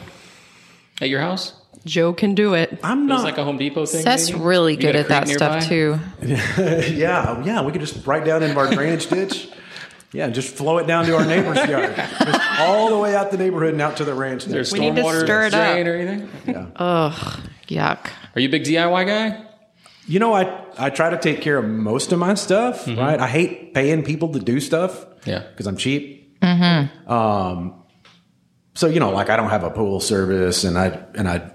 [SPEAKER 1] at your house.
[SPEAKER 4] Joe can do it.
[SPEAKER 3] I'm
[SPEAKER 1] It's
[SPEAKER 3] not.
[SPEAKER 1] like a Home Depot thing.
[SPEAKER 2] Seth's
[SPEAKER 1] maybe?
[SPEAKER 2] really
[SPEAKER 1] You got
[SPEAKER 2] good
[SPEAKER 1] a
[SPEAKER 2] at that
[SPEAKER 1] creek
[SPEAKER 2] stuff
[SPEAKER 1] nearby?
[SPEAKER 2] too.
[SPEAKER 3] yeah, oh, yeah. We could just right down into our drainage ditch. Yeah, and just flow it down to our neighbor's yard, just all the way out the neighborhood and out to the ranch.
[SPEAKER 1] Is there
[SPEAKER 4] We need to
[SPEAKER 1] stormwater
[SPEAKER 4] stir it
[SPEAKER 1] drain
[SPEAKER 4] up.
[SPEAKER 1] or anything?
[SPEAKER 2] Ugh, yuck.
[SPEAKER 1] Are you a big DIY guy?
[SPEAKER 3] You know, I I try to take care of most of my stuff, right? I hate paying people to do stuff.
[SPEAKER 1] Mm-hmm. Yeah.
[SPEAKER 3] because I'm cheap. Mm-hmm. Um, so you know, like I don't have a pool service, and I and I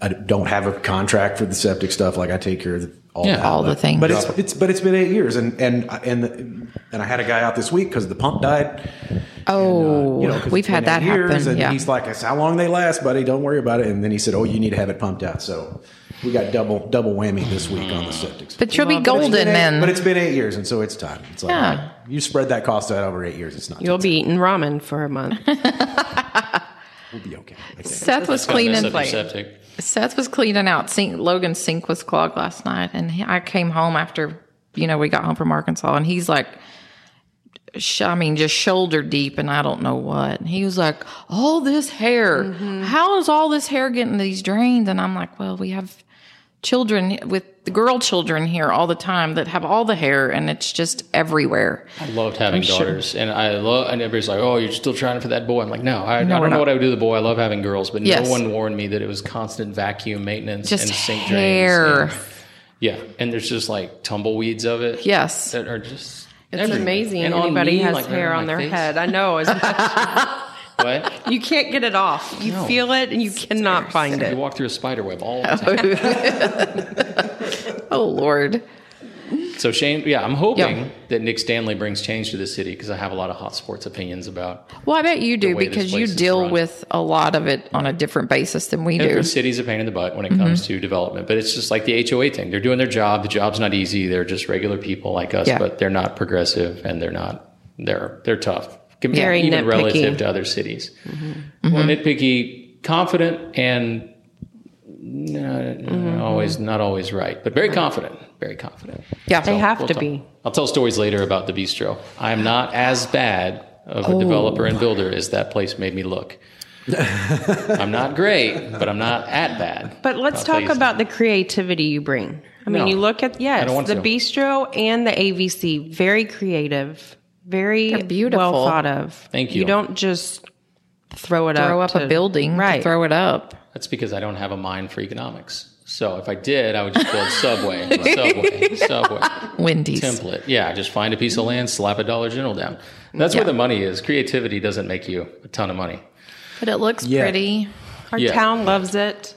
[SPEAKER 3] I don't have a contract for the septic stuff. Like I take care of the, all
[SPEAKER 1] Yeah,
[SPEAKER 3] that,
[SPEAKER 2] all the
[SPEAKER 3] but-
[SPEAKER 2] things.
[SPEAKER 3] But it's it's but it's been eight years, and and and and I had a guy out this week because the pump died.
[SPEAKER 2] Oh,
[SPEAKER 3] You know, 'cause
[SPEAKER 2] we've
[SPEAKER 3] it's been
[SPEAKER 2] had that
[SPEAKER 3] eight years,
[SPEAKER 2] happen.
[SPEAKER 3] And
[SPEAKER 2] Yeah.
[SPEAKER 3] he's like, "That's how long they last, buddy. Don't worry about it." And then he said, "Oh, you need to have it pumped out." So we got double double whammy this week on the septic.
[SPEAKER 2] but you'll be
[SPEAKER 4] Well, but it's
[SPEAKER 3] But it's
[SPEAKER 2] golden
[SPEAKER 3] been eight-
[SPEAKER 2] then.
[SPEAKER 3] But it's been eight years, and so it's time. It's like,
[SPEAKER 2] Yeah.
[SPEAKER 3] all right, you spread that cost out over eight years. It's not.
[SPEAKER 4] You'll
[SPEAKER 3] too-
[SPEAKER 4] be eating ramen for a month.
[SPEAKER 3] We'll be okay. I think.
[SPEAKER 2] Seth was
[SPEAKER 1] Mess
[SPEAKER 2] cleaning.
[SPEAKER 1] up your septic.
[SPEAKER 2] Seth was cleaning out sink. Logan's sink was clogged last night, and he, I came home after you know we got home from Arkansas, and he's like, sh- I mean, just shoulder deep, and I don't know what. And he was like, all this hair. How is all this hair getting these drains? And I'm like, well, we have children with the girl children here all the time that have all the hair, and it's just everywhere.
[SPEAKER 1] I loved having daughters, and I love. And everybody's like, "Oh, you're still trying for that boy." I'm like, "No, I, I
[SPEAKER 2] we're
[SPEAKER 1] don't know
[SPEAKER 2] not.
[SPEAKER 1] what I would do to the boy. I love having girls, but
[SPEAKER 2] Yes.
[SPEAKER 1] no one warned me that it was constant vacuum maintenance
[SPEAKER 2] Just
[SPEAKER 1] and sink
[SPEAKER 2] hair.
[SPEAKER 1] drains. Yeah. yeah, and there's just like tumbleweeds of it.
[SPEAKER 2] Yes.
[SPEAKER 1] that are just.
[SPEAKER 4] It's
[SPEAKER 1] everywhere.
[SPEAKER 4] amazing.
[SPEAKER 1] And on
[SPEAKER 4] Anybody
[SPEAKER 1] me,
[SPEAKER 4] has
[SPEAKER 1] like, right
[SPEAKER 4] hair
[SPEAKER 1] on
[SPEAKER 4] on
[SPEAKER 1] my
[SPEAKER 4] their
[SPEAKER 1] face.
[SPEAKER 4] head. I know. It's-
[SPEAKER 1] What?
[SPEAKER 4] you can't get it off. You
[SPEAKER 1] No.
[SPEAKER 4] feel it and you cannot find
[SPEAKER 1] You
[SPEAKER 4] it.
[SPEAKER 1] walk through a spider web all the time.
[SPEAKER 2] Oh Lord.
[SPEAKER 1] So Shane, yeah, I'm hoping
[SPEAKER 2] Yeah.
[SPEAKER 1] that Nick Stanley brings change to the city because I have a lot of hot sports opinions about
[SPEAKER 2] Well, I bet you do
[SPEAKER 1] way this
[SPEAKER 2] because you
[SPEAKER 1] place is
[SPEAKER 2] deal
[SPEAKER 1] run.
[SPEAKER 2] with a lot of it on a different basis than we do.
[SPEAKER 1] Every city's a pain in the butt when it comes to development, but it's just like the HOA thing. They're doing their job. The job's not easy. They're just regular people like us,
[SPEAKER 2] Yeah.
[SPEAKER 1] but they're not progressive and they're not they're they're tough. Com-
[SPEAKER 4] Very
[SPEAKER 1] even
[SPEAKER 4] nitpicky.
[SPEAKER 1] relative to other cities. Well, nitpicky, confident, and uh, always not always right, but very confident. Very confident.
[SPEAKER 2] yeah,
[SPEAKER 4] They have
[SPEAKER 1] We'll
[SPEAKER 4] to
[SPEAKER 1] talk-
[SPEAKER 4] be.
[SPEAKER 1] I'll tell stories later about the bistro. I'm not as bad of a developer
[SPEAKER 4] Oh.
[SPEAKER 1] and builder as that place made me look. I'm not great, but I'm not at bad.
[SPEAKER 4] But let's
[SPEAKER 1] I'll tell
[SPEAKER 4] talk
[SPEAKER 1] you
[SPEAKER 4] about the creativity you bring. I mean,
[SPEAKER 1] No.
[SPEAKER 4] you look at yes,
[SPEAKER 1] don't want
[SPEAKER 4] the
[SPEAKER 1] to.
[SPEAKER 4] bistro and the AVC, very creative, very
[SPEAKER 2] They're beautiful.
[SPEAKER 4] well thought of.
[SPEAKER 1] Thank you.
[SPEAKER 4] You don't just throw it
[SPEAKER 2] throw
[SPEAKER 4] up.
[SPEAKER 2] up a
[SPEAKER 4] to-
[SPEAKER 2] building, right?
[SPEAKER 4] right?
[SPEAKER 2] Throw it up.
[SPEAKER 1] That's because I don't have a mind for economics. So if I did, I would just build Subway, Subway, Subway
[SPEAKER 2] Wendy's.
[SPEAKER 1] template. Yeah, just find a piece of land, slap a Dollar General down. That's where the money is. Creativity doesn't make you a ton of money.
[SPEAKER 2] But it looks
[SPEAKER 3] Yeah.
[SPEAKER 2] pretty.
[SPEAKER 4] Our
[SPEAKER 1] Yeah.
[SPEAKER 4] town loves it.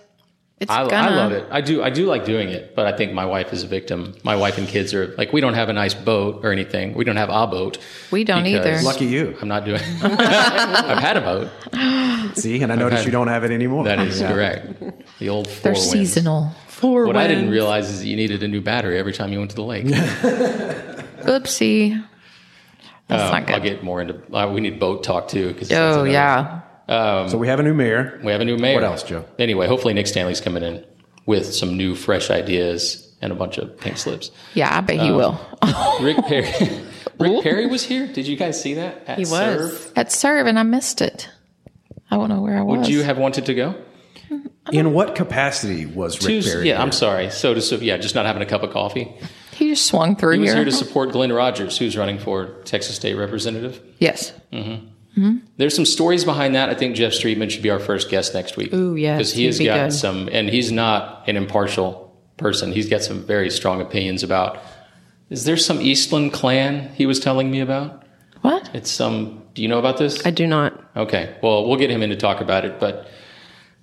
[SPEAKER 2] It's
[SPEAKER 1] I,
[SPEAKER 2] gonna.
[SPEAKER 1] I love it. I do. I do like doing it, but I think my wife is a victim. My wife and kids are like, we don't have a nice boat or anything. We don't have a boat.
[SPEAKER 2] We don't either.
[SPEAKER 1] because-
[SPEAKER 3] Lucky you.
[SPEAKER 1] I'm not doing. I've had a boat.
[SPEAKER 3] See, and I noticed
[SPEAKER 1] Okay.
[SPEAKER 3] you don't have it anymore.
[SPEAKER 1] That is
[SPEAKER 3] Yeah.
[SPEAKER 1] correct. The old four
[SPEAKER 2] They're
[SPEAKER 1] winds.
[SPEAKER 2] seasonal.
[SPEAKER 4] Four
[SPEAKER 1] What I didn't
[SPEAKER 4] wins.
[SPEAKER 1] realize is that you needed a new battery every time you went to the lake.
[SPEAKER 2] Oopsie. That's
[SPEAKER 1] Um,
[SPEAKER 2] not good.
[SPEAKER 1] I'll get more into. Uh, we need boat talk too. 'cause that's
[SPEAKER 2] oh
[SPEAKER 1] another-
[SPEAKER 2] yeah.
[SPEAKER 3] So we have a new mayor.
[SPEAKER 1] We have a new mayor.
[SPEAKER 3] What else, Joe?
[SPEAKER 1] Anyway, hopefully Nick Stanley's coming in with some new, fresh ideas and a bunch of pink slips.
[SPEAKER 2] Yeah, I bet
[SPEAKER 1] Oh.
[SPEAKER 2] he will.
[SPEAKER 1] Rick Perry. Rick
[SPEAKER 2] Ooh.
[SPEAKER 1] Perry was here. Did you guys see that? At
[SPEAKER 4] He was.
[SPEAKER 1] Serve?
[SPEAKER 2] At serve and I missed it. I don't know where I was.
[SPEAKER 1] Would you have wanted to go?
[SPEAKER 3] In what capacity was Rick
[SPEAKER 1] Tuesday.
[SPEAKER 3] Barry?
[SPEAKER 1] Yeah, I'm sorry. So to yeah, just not having a cup of coffee.
[SPEAKER 2] he just swung through
[SPEAKER 1] He was
[SPEAKER 2] here.
[SPEAKER 1] here to support Glenn Rogers, who's running for Texas State Representative.
[SPEAKER 2] yes.
[SPEAKER 1] Mm. There's some stories behind that. I think Jeff Streetman should be our first guest next week.
[SPEAKER 4] Ooh, yes,
[SPEAKER 1] because he
[SPEAKER 4] he'd
[SPEAKER 1] has
[SPEAKER 4] be
[SPEAKER 1] got
[SPEAKER 4] good.
[SPEAKER 1] some, and he's not an impartial person. He's got some very strong opinions about. Is there some Eastland clan he was telling me about?
[SPEAKER 2] What?
[SPEAKER 1] It's some. Do you know about this?
[SPEAKER 4] I do not.
[SPEAKER 1] Okay. Well, we'll get him in to talk about it. But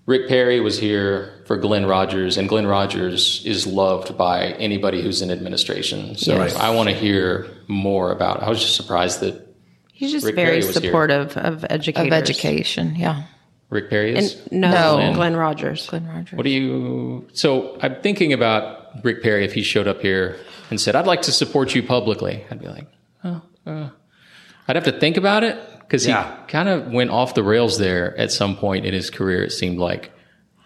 [SPEAKER 1] Rick Perry was here for Glenn Rogers, and Glenn Rogers is loved by anybody who's in administration. So
[SPEAKER 2] Yes.
[SPEAKER 1] I want to hear more about. I was just surprised that
[SPEAKER 4] He's just
[SPEAKER 1] Rick
[SPEAKER 4] very
[SPEAKER 1] Perry was here.
[SPEAKER 4] supportive of educators.
[SPEAKER 2] Of education. Yeah.
[SPEAKER 1] Rick Perry is.
[SPEAKER 4] And, no,
[SPEAKER 2] No.
[SPEAKER 4] Glenn Rogers.
[SPEAKER 2] Glenn Rogers.
[SPEAKER 1] what do you? So I'm thinking about Rick Perry if he showed up here and said, "I'd like to support you publicly." I'd be like, "Oh, uh, I'd have to think about it." Because
[SPEAKER 3] Yeah.
[SPEAKER 1] he kind of went off the rails there at some point in his career, it seemed like,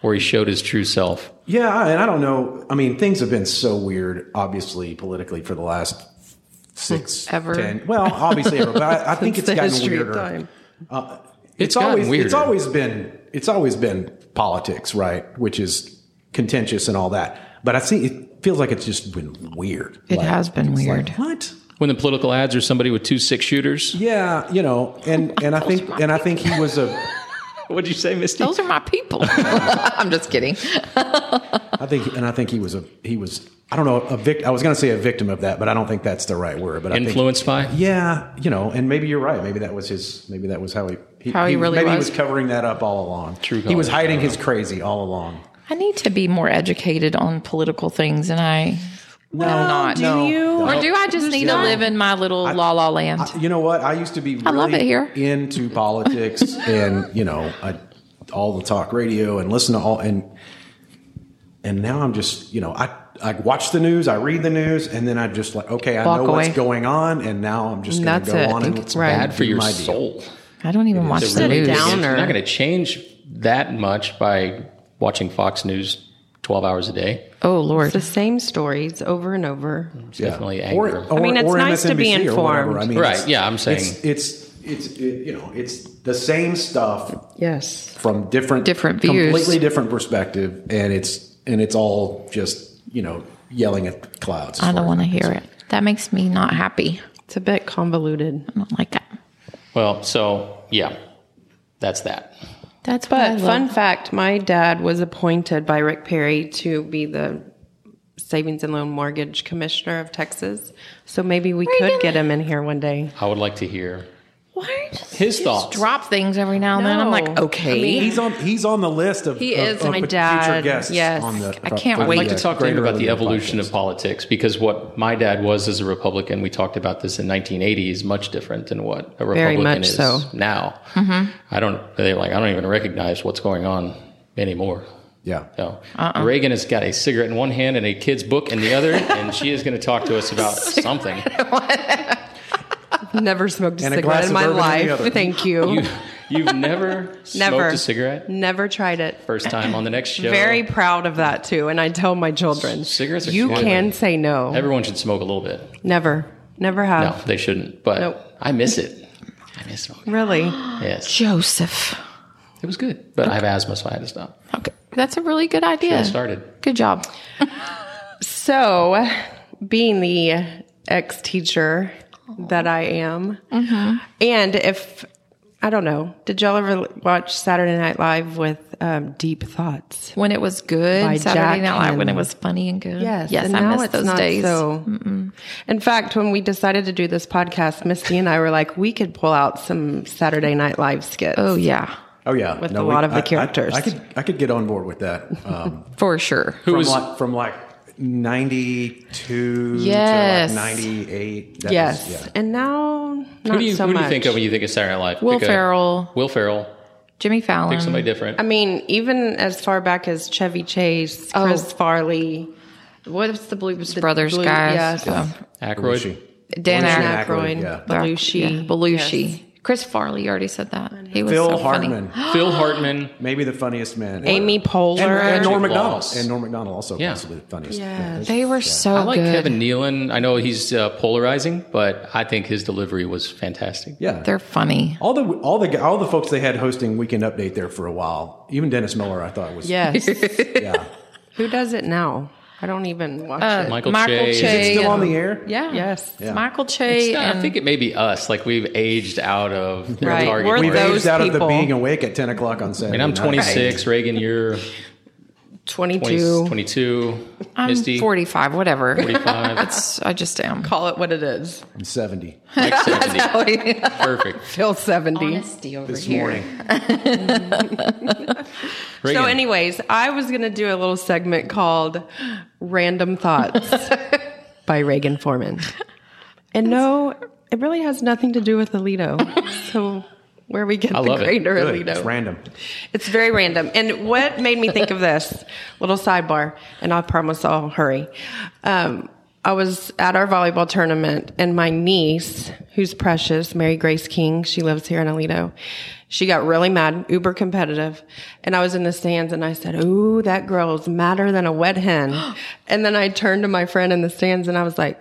[SPEAKER 1] or he showed his true self.
[SPEAKER 3] Yeah, and I don't know. I mean, things have been so weird, obviously, politically for the last six,
[SPEAKER 2] Ever.
[SPEAKER 3] ten- well, obviously ever, but I, I think it's
[SPEAKER 4] the
[SPEAKER 3] gotten
[SPEAKER 4] history of
[SPEAKER 3] weirder. Uh,
[SPEAKER 4] time.
[SPEAKER 1] It's
[SPEAKER 3] It's,
[SPEAKER 1] gotten
[SPEAKER 3] always it's
[SPEAKER 1] weirder.
[SPEAKER 3] always been it's always been politics, right? Which is contentious and all that. But I see it feels like it's just been weird.
[SPEAKER 2] it
[SPEAKER 3] Like,
[SPEAKER 2] has been
[SPEAKER 3] it's
[SPEAKER 2] weird.
[SPEAKER 3] like, what?
[SPEAKER 1] When the political ads are somebody with two six shooters.
[SPEAKER 3] Yeah, you know, and and I think and I think he was a
[SPEAKER 1] What'd you say, Misty?
[SPEAKER 2] Those are my people. I'm just kidding.
[SPEAKER 3] I think and I think he was a he was I don't know a vic I was going to say a victim of that, but I don't think that's the right word. But I think
[SPEAKER 1] Influenced by?
[SPEAKER 3] Yeah, you know, and maybe you're right. Maybe that was his. Maybe that was how he. he
[SPEAKER 2] How he really
[SPEAKER 3] maybe
[SPEAKER 2] was.
[SPEAKER 3] he was covering that up all along.
[SPEAKER 1] True
[SPEAKER 3] He
[SPEAKER 1] colors,
[SPEAKER 3] was
[SPEAKER 1] I
[SPEAKER 3] hiding
[SPEAKER 1] don't
[SPEAKER 3] his crazy all along.
[SPEAKER 2] I need to be more educated on political things and I no, am not.
[SPEAKER 4] do you?
[SPEAKER 2] Or do I just need to live in my little la la land?
[SPEAKER 3] I- you know what? I used to be. Really
[SPEAKER 2] love it here.
[SPEAKER 3] Into politics and you know I, all the talk radio and listen to all and and now I'm just you know I I watch the news, I read the news, and then I just like okay, I
[SPEAKER 2] Walk
[SPEAKER 3] know
[SPEAKER 2] away.
[SPEAKER 3] what's going on, and now I'm just going
[SPEAKER 4] That's
[SPEAKER 3] to go
[SPEAKER 4] it.
[SPEAKER 3] on and
[SPEAKER 4] It's right.
[SPEAKER 1] Bad for
[SPEAKER 3] do
[SPEAKER 1] your
[SPEAKER 3] my deal.
[SPEAKER 1] soul.
[SPEAKER 2] I don't even watch
[SPEAKER 1] It
[SPEAKER 2] the
[SPEAKER 1] really
[SPEAKER 2] news.
[SPEAKER 1] is.
[SPEAKER 4] Downer.
[SPEAKER 1] You're not going to change that much by watching Fox News 12 hours a day.
[SPEAKER 2] Oh
[SPEAKER 4] It's the
[SPEAKER 2] Lord.
[SPEAKER 4] same stories over and over.
[SPEAKER 1] It's definitely
[SPEAKER 3] Or-
[SPEAKER 1] anger.
[SPEAKER 3] Or,
[SPEAKER 4] I mean, it's
[SPEAKER 3] or
[SPEAKER 4] nice to be
[SPEAKER 3] MSNBC or whatever.
[SPEAKER 4] informed.
[SPEAKER 3] I mean,
[SPEAKER 1] Right,
[SPEAKER 3] it's-
[SPEAKER 1] yeah, I'm saying-
[SPEAKER 3] it's it's, it's it, you know it's the same stuff
[SPEAKER 4] Yes.
[SPEAKER 3] from different
[SPEAKER 2] Different views.
[SPEAKER 3] completely different perspective, and it's and it's all just you know yelling at clouds. as
[SPEAKER 2] I don't
[SPEAKER 3] far as
[SPEAKER 2] want to
[SPEAKER 3] I'm
[SPEAKER 2] hear it. That makes me not happy.
[SPEAKER 4] It's a bit convoluted.
[SPEAKER 2] I don't like that.
[SPEAKER 1] well, so yeah, that's that.
[SPEAKER 2] That's what I
[SPEAKER 4] But
[SPEAKER 2] love.
[SPEAKER 4] fun fact, my dad was appointed by Rick Perry to be the Savings and Loan Mortgage Commissioner of Texas. So maybe we
[SPEAKER 2] Reagan.
[SPEAKER 4] could get him in here one day.
[SPEAKER 1] I would like to hear
[SPEAKER 2] Why are you just,
[SPEAKER 1] His
[SPEAKER 2] you just
[SPEAKER 1] thoughts.
[SPEAKER 2] drop things every now and then? I'm like,
[SPEAKER 4] No.
[SPEAKER 2] okay.
[SPEAKER 4] I mean-
[SPEAKER 3] He's on. He's on the list of.
[SPEAKER 4] He
[SPEAKER 3] of-
[SPEAKER 4] is
[SPEAKER 3] of
[SPEAKER 4] my
[SPEAKER 3] future
[SPEAKER 4] dad,
[SPEAKER 3] guests
[SPEAKER 4] yes.
[SPEAKER 3] on the,
[SPEAKER 2] I can't
[SPEAKER 3] for the,
[SPEAKER 2] wait
[SPEAKER 1] I'd like
[SPEAKER 3] uh,
[SPEAKER 1] to talk later
[SPEAKER 3] Greater
[SPEAKER 1] about the
[SPEAKER 3] Living
[SPEAKER 1] evolution
[SPEAKER 3] Podcast.
[SPEAKER 1] of politics because what my dad was as a Republican, we talked about this in 1980, is much different than what a
[SPEAKER 4] Very
[SPEAKER 1] Republican
[SPEAKER 4] much
[SPEAKER 1] is
[SPEAKER 4] so.
[SPEAKER 1] now. I don't. They're like, I don't even recognize what's going on anymore.
[SPEAKER 3] Yeah.
[SPEAKER 1] No,
[SPEAKER 4] Uh-uh.
[SPEAKER 1] Reagan has got a cigarette in one hand and a kid's book in the other, and she is going to talk to us about something.
[SPEAKER 4] Never smoked a
[SPEAKER 3] And a
[SPEAKER 4] cigarette in
[SPEAKER 3] glass of
[SPEAKER 4] my
[SPEAKER 3] bourbon in the other.
[SPEAKER 4] life. Thank you.
[SPEAKER 1] You, you've never,
[SPEAKER 4] Never.
[SPEAKER 1] smoked a cigarette.
[SPEAKER 4] Never tried it.
[SPEAKER 1] First time on the next show.
[SPEAKER 4] Very proud of that too. And I tell my children,
[SPEAKER 1] Cigarettes are
[SPEAKER 4] you
[SPEAKER 1] good.
[SPEAKER 4] can say no.
[SPEAKER 1] Everyone should smoke a little bit.
[SPEAKER 4] Never. Never have.
[SPEAKER 1] No, they shouldn't. But
[SPEAKER 4] Oh. Nope. Oh,
[SPEAKER 1] I miss it. I miss smoking.
[SPEAKER 4] Really?
[SPEAKER 1] Yes,
[SPEAKER 2] Joseph.
[SPEAKER 1] it was good, but I have asthma, so I had to stop.
[SPEAKER 2] Okay. That's a really good idea.
[SPEAKER 1] It started.
[SPEAKER 2] Good job.
[SPEAKER 4] So, being the ex teacher that I am,
[SPEAKER 1] Mm-hmm.
[SPEAKER 4] and if I don't know, did y'all ever watch Saturday Night Live with um, Deep Thoughts?
[SPEAKER 2] When it was good,
[SPEAKER 4] By Jack
[SPEAKER 2] Saturday Night Live, when it
[SPEAKER 4] Hanna.
[SPEAKER 2] was funny and good. yes,
[SPEAKER 4] and
[SPEAKER 2] I
[SPEAKER 4] now
[SPEAKER 2] miss
[SPEAKER 4] it's
[SPEAKER 2] those
[SPEAKER 4] not
[SPEAKER 2] days.
[SPEAKER 4] So, in fact, when we decided to do this podcast, Misty and I were like, we could pull out some Saturday Night Live skits.
[SPEAKER 2] Oh yeah,
[SPEAKER 3] Oh yeah,
[SPEAKER 4] With a lot of the
[SPEAKER 3] I- I-
[SPEAKER 4] characters.
[SPEAKER 3] I, could I could get on board with that. Um,
[SPEAKER 2] for sure.
[SPEAKER 1] Who
[SPEAKER 3] from
[SPEAKER 1] was-
[SPEAKER 3] like from like ninety two
[SPEAKER 2] Yes.
[SPEAKER 3] to like ninety eight.
[SPEAKER 4] yes,
[SPEAKER 3] yeah.
[SPEAKER 4] and now not
[SPEAKER 1] Who do you
[SPEAKER 4] so
[SPEAKER 1] who
[SPEAKER 4] much.
[SPEAKER 1] do you think of when you think of Saturday Night Live?
[SPEAKER 2] Will
[SPEAKER 1] Pick a-
[SPEAKER 2] Ferrell.
[SPEAKER 1] Will Ferrell.
[SPEAKER 2] Jimmy Fallon.
[SPEAKER 1] Pick
[SPEAKER 4] Um,
[SPEAKER 1] somebody different.
[SPEAKER 4] I mean, even as far back as Chevy Chase, Chris Farley,
[SPEAKER 2] What's the Blues Brothers
[SPEAKER 4] Blue-
[SPEAKER 2] guys?
[SPEAKER 4] yes.
[SPEAKER 2] Um,
[SPEAKER 1] Aykroyd.
[SPEAKER 3] Belushi.
[SPEAKER 2] Dan
[SPEAKER 3] Belushi.
[SPEAKER 2] Aykroyd.
[SPEAKER 4] Aykroyd,
[SPEAKER 3] yeah.
[SPEAKER 4] Belushi,
[SPEAKER 2] Yeah, Belushi. Chris Farley you already said that. He was
[SPEAKER 3] Phil
[SPEAKER 2] so
[SPEAKER 3] Hartman,
[SPEAKER 2] funny.
[SPEAKER 1] Phil Hartman.
[SPEAKER 3] maybe the funniest man.
[SPEAKER 4] Amy
[SPEAKER 3] ever.
[SPEAKER 4] Poehler,
[SPEAKER 3] and, and
[SPEAKER 1] Jim
[SPEAKER 3] Norm Macdonald,
[SPEAKER 1] Wallace.
[SPEAKER 3] and Norm Macdonald also
[SPEAKER 1] Yeah.
[SPEAKER 3] possibly the funniest.
[SPEAKER 4] Yes.
[SPEAKER 3] man.
[SPEAKER 2] They were
[SPEAKER 4] Oh,
[SPEAKER 2] so
[SPEAKER 1] I like
[SPEAKER 2] good.
[SPEAKER 1] Kevin Nealon. I know he's uh, polarizing, but I think his delivery was fantastic.
[SPEAKER 3] Yeah,
[SPEAKER 2] They're funny.
[SPEAKER 3] all the all the all the folks they had hosting Weekend Update there for a while. Even Dennis Miller, I thought was
[SPEAKER 4] Yes.
[SPEAKER 3] yeah.
[SPEAKER 4] Who does it now? I don't even watch it.
[SPEAKER 1] Michael
[SPEAKER 2] Uh, Michael
[SPEAKER 1] Che.
[SPEAKER 2] Che.
[SPEAKER 1] It's-
[SPEAKER 3] Still on
[SPEAKER 2] and-
[SPEAKER 3] the air.
[SPEAKER 2] Yeah.
[SPEAKER 4] Yes.
[SPEAKER 3] Yeah.
[SPEAKER 2] Michael Che.
[SPEAKER 1] uh, I
[SPEAKER 2] and
[SPEAKER 1] think it may be us. Like we've aged out of their
[SPEAKER 4] Right.
[SPEAKER 1] target.
[SPEAKER 4] We're
[SPEAKER 1] market.
[SPEAKER 3] We've
[SPEAKER 4] those-
[SPEAKER 3] aged out of the
[SPEAKER 4] people.
[SPEAKER 3] being awake at ten o'clock on Saturday.
[SPEAKER 1] I mean, I'm
[SPEAKER 3] night.
[SPEAKER 1] 26. Reagan, you're 20,
[SPEAKER 4] 22.
[SPEAKER 1] 22.
[SPEAKER 2] I'm
[SPEAKER 1] Misty,
[SPEAKER 2] 45, whatever.
[SPEAKER 1] 45.
[SPEAKER 2] It's, I just am.
[SPEAKER 4] Call it what it is.
[SPEAKER 3] I'm seventy.
[SPEAKER 1] like 70. Perfect.
[SPEAKER 4] Phil 70.
[SPEAKER 2] Honesty over
[SPEAKER 3] This
[SPEAKER 2] here.
[SPEAKER 3] morning,
[SPEAKER 1] Reagan,
[SPEAKER 4] So, anyways, I was going to do a little segment called Random Thoughts by Reagan Foreman. And no, it really has nothing to do with Alito. So, where we get
[SPEAKER 1] I
[SPEAKER 4] the
[SPEAKER 1] love it.
[SPEAKER 4] greater
[SPEAKER 3] Good.
[SPEAKER 4] Alito.
[SPEAKER 3] it's random.
[SPEAKER 4] It's very random. And what made me think of this little sidebar, and I promise I'll hurry. Um, I was at our volleyball tournament, and my niece, who's precious, Mary Grace King, she lives here in Alito, she got really mad, uber competitive. And I was in the stands, and I said, Ooh, that girl's madder than a wet hen. and then I turned to my friend in the stands, and I was like,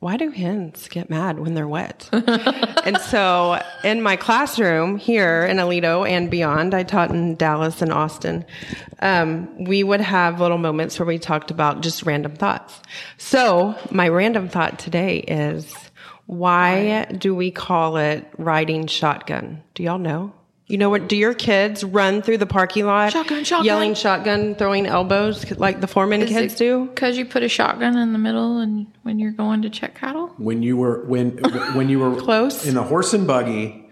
[SPEAKER 4] why do hens get mad when they're wet? and so in my classroom here in Alito and beyond, I taught in Dallas and Austin, um, we would have little moments where we talked about just random thoughts. So my random thought today is why do we call it riding shotgun? Do y'all know? You know what? Do your kids run through the parking lot
[SPEAKER 2] Shotgun, shotgun.
[SPEAKER 4] yelling shotgun, throwing elbows like the foreman kids do?
[SPEAKER 2] Because you put a shotgun in the middle and when you're going to check cattle?
[SPEAKER 3] When you were when when you were
[SPEAKER 4] Close.
[SPEAKER 3] in the horse and buggy.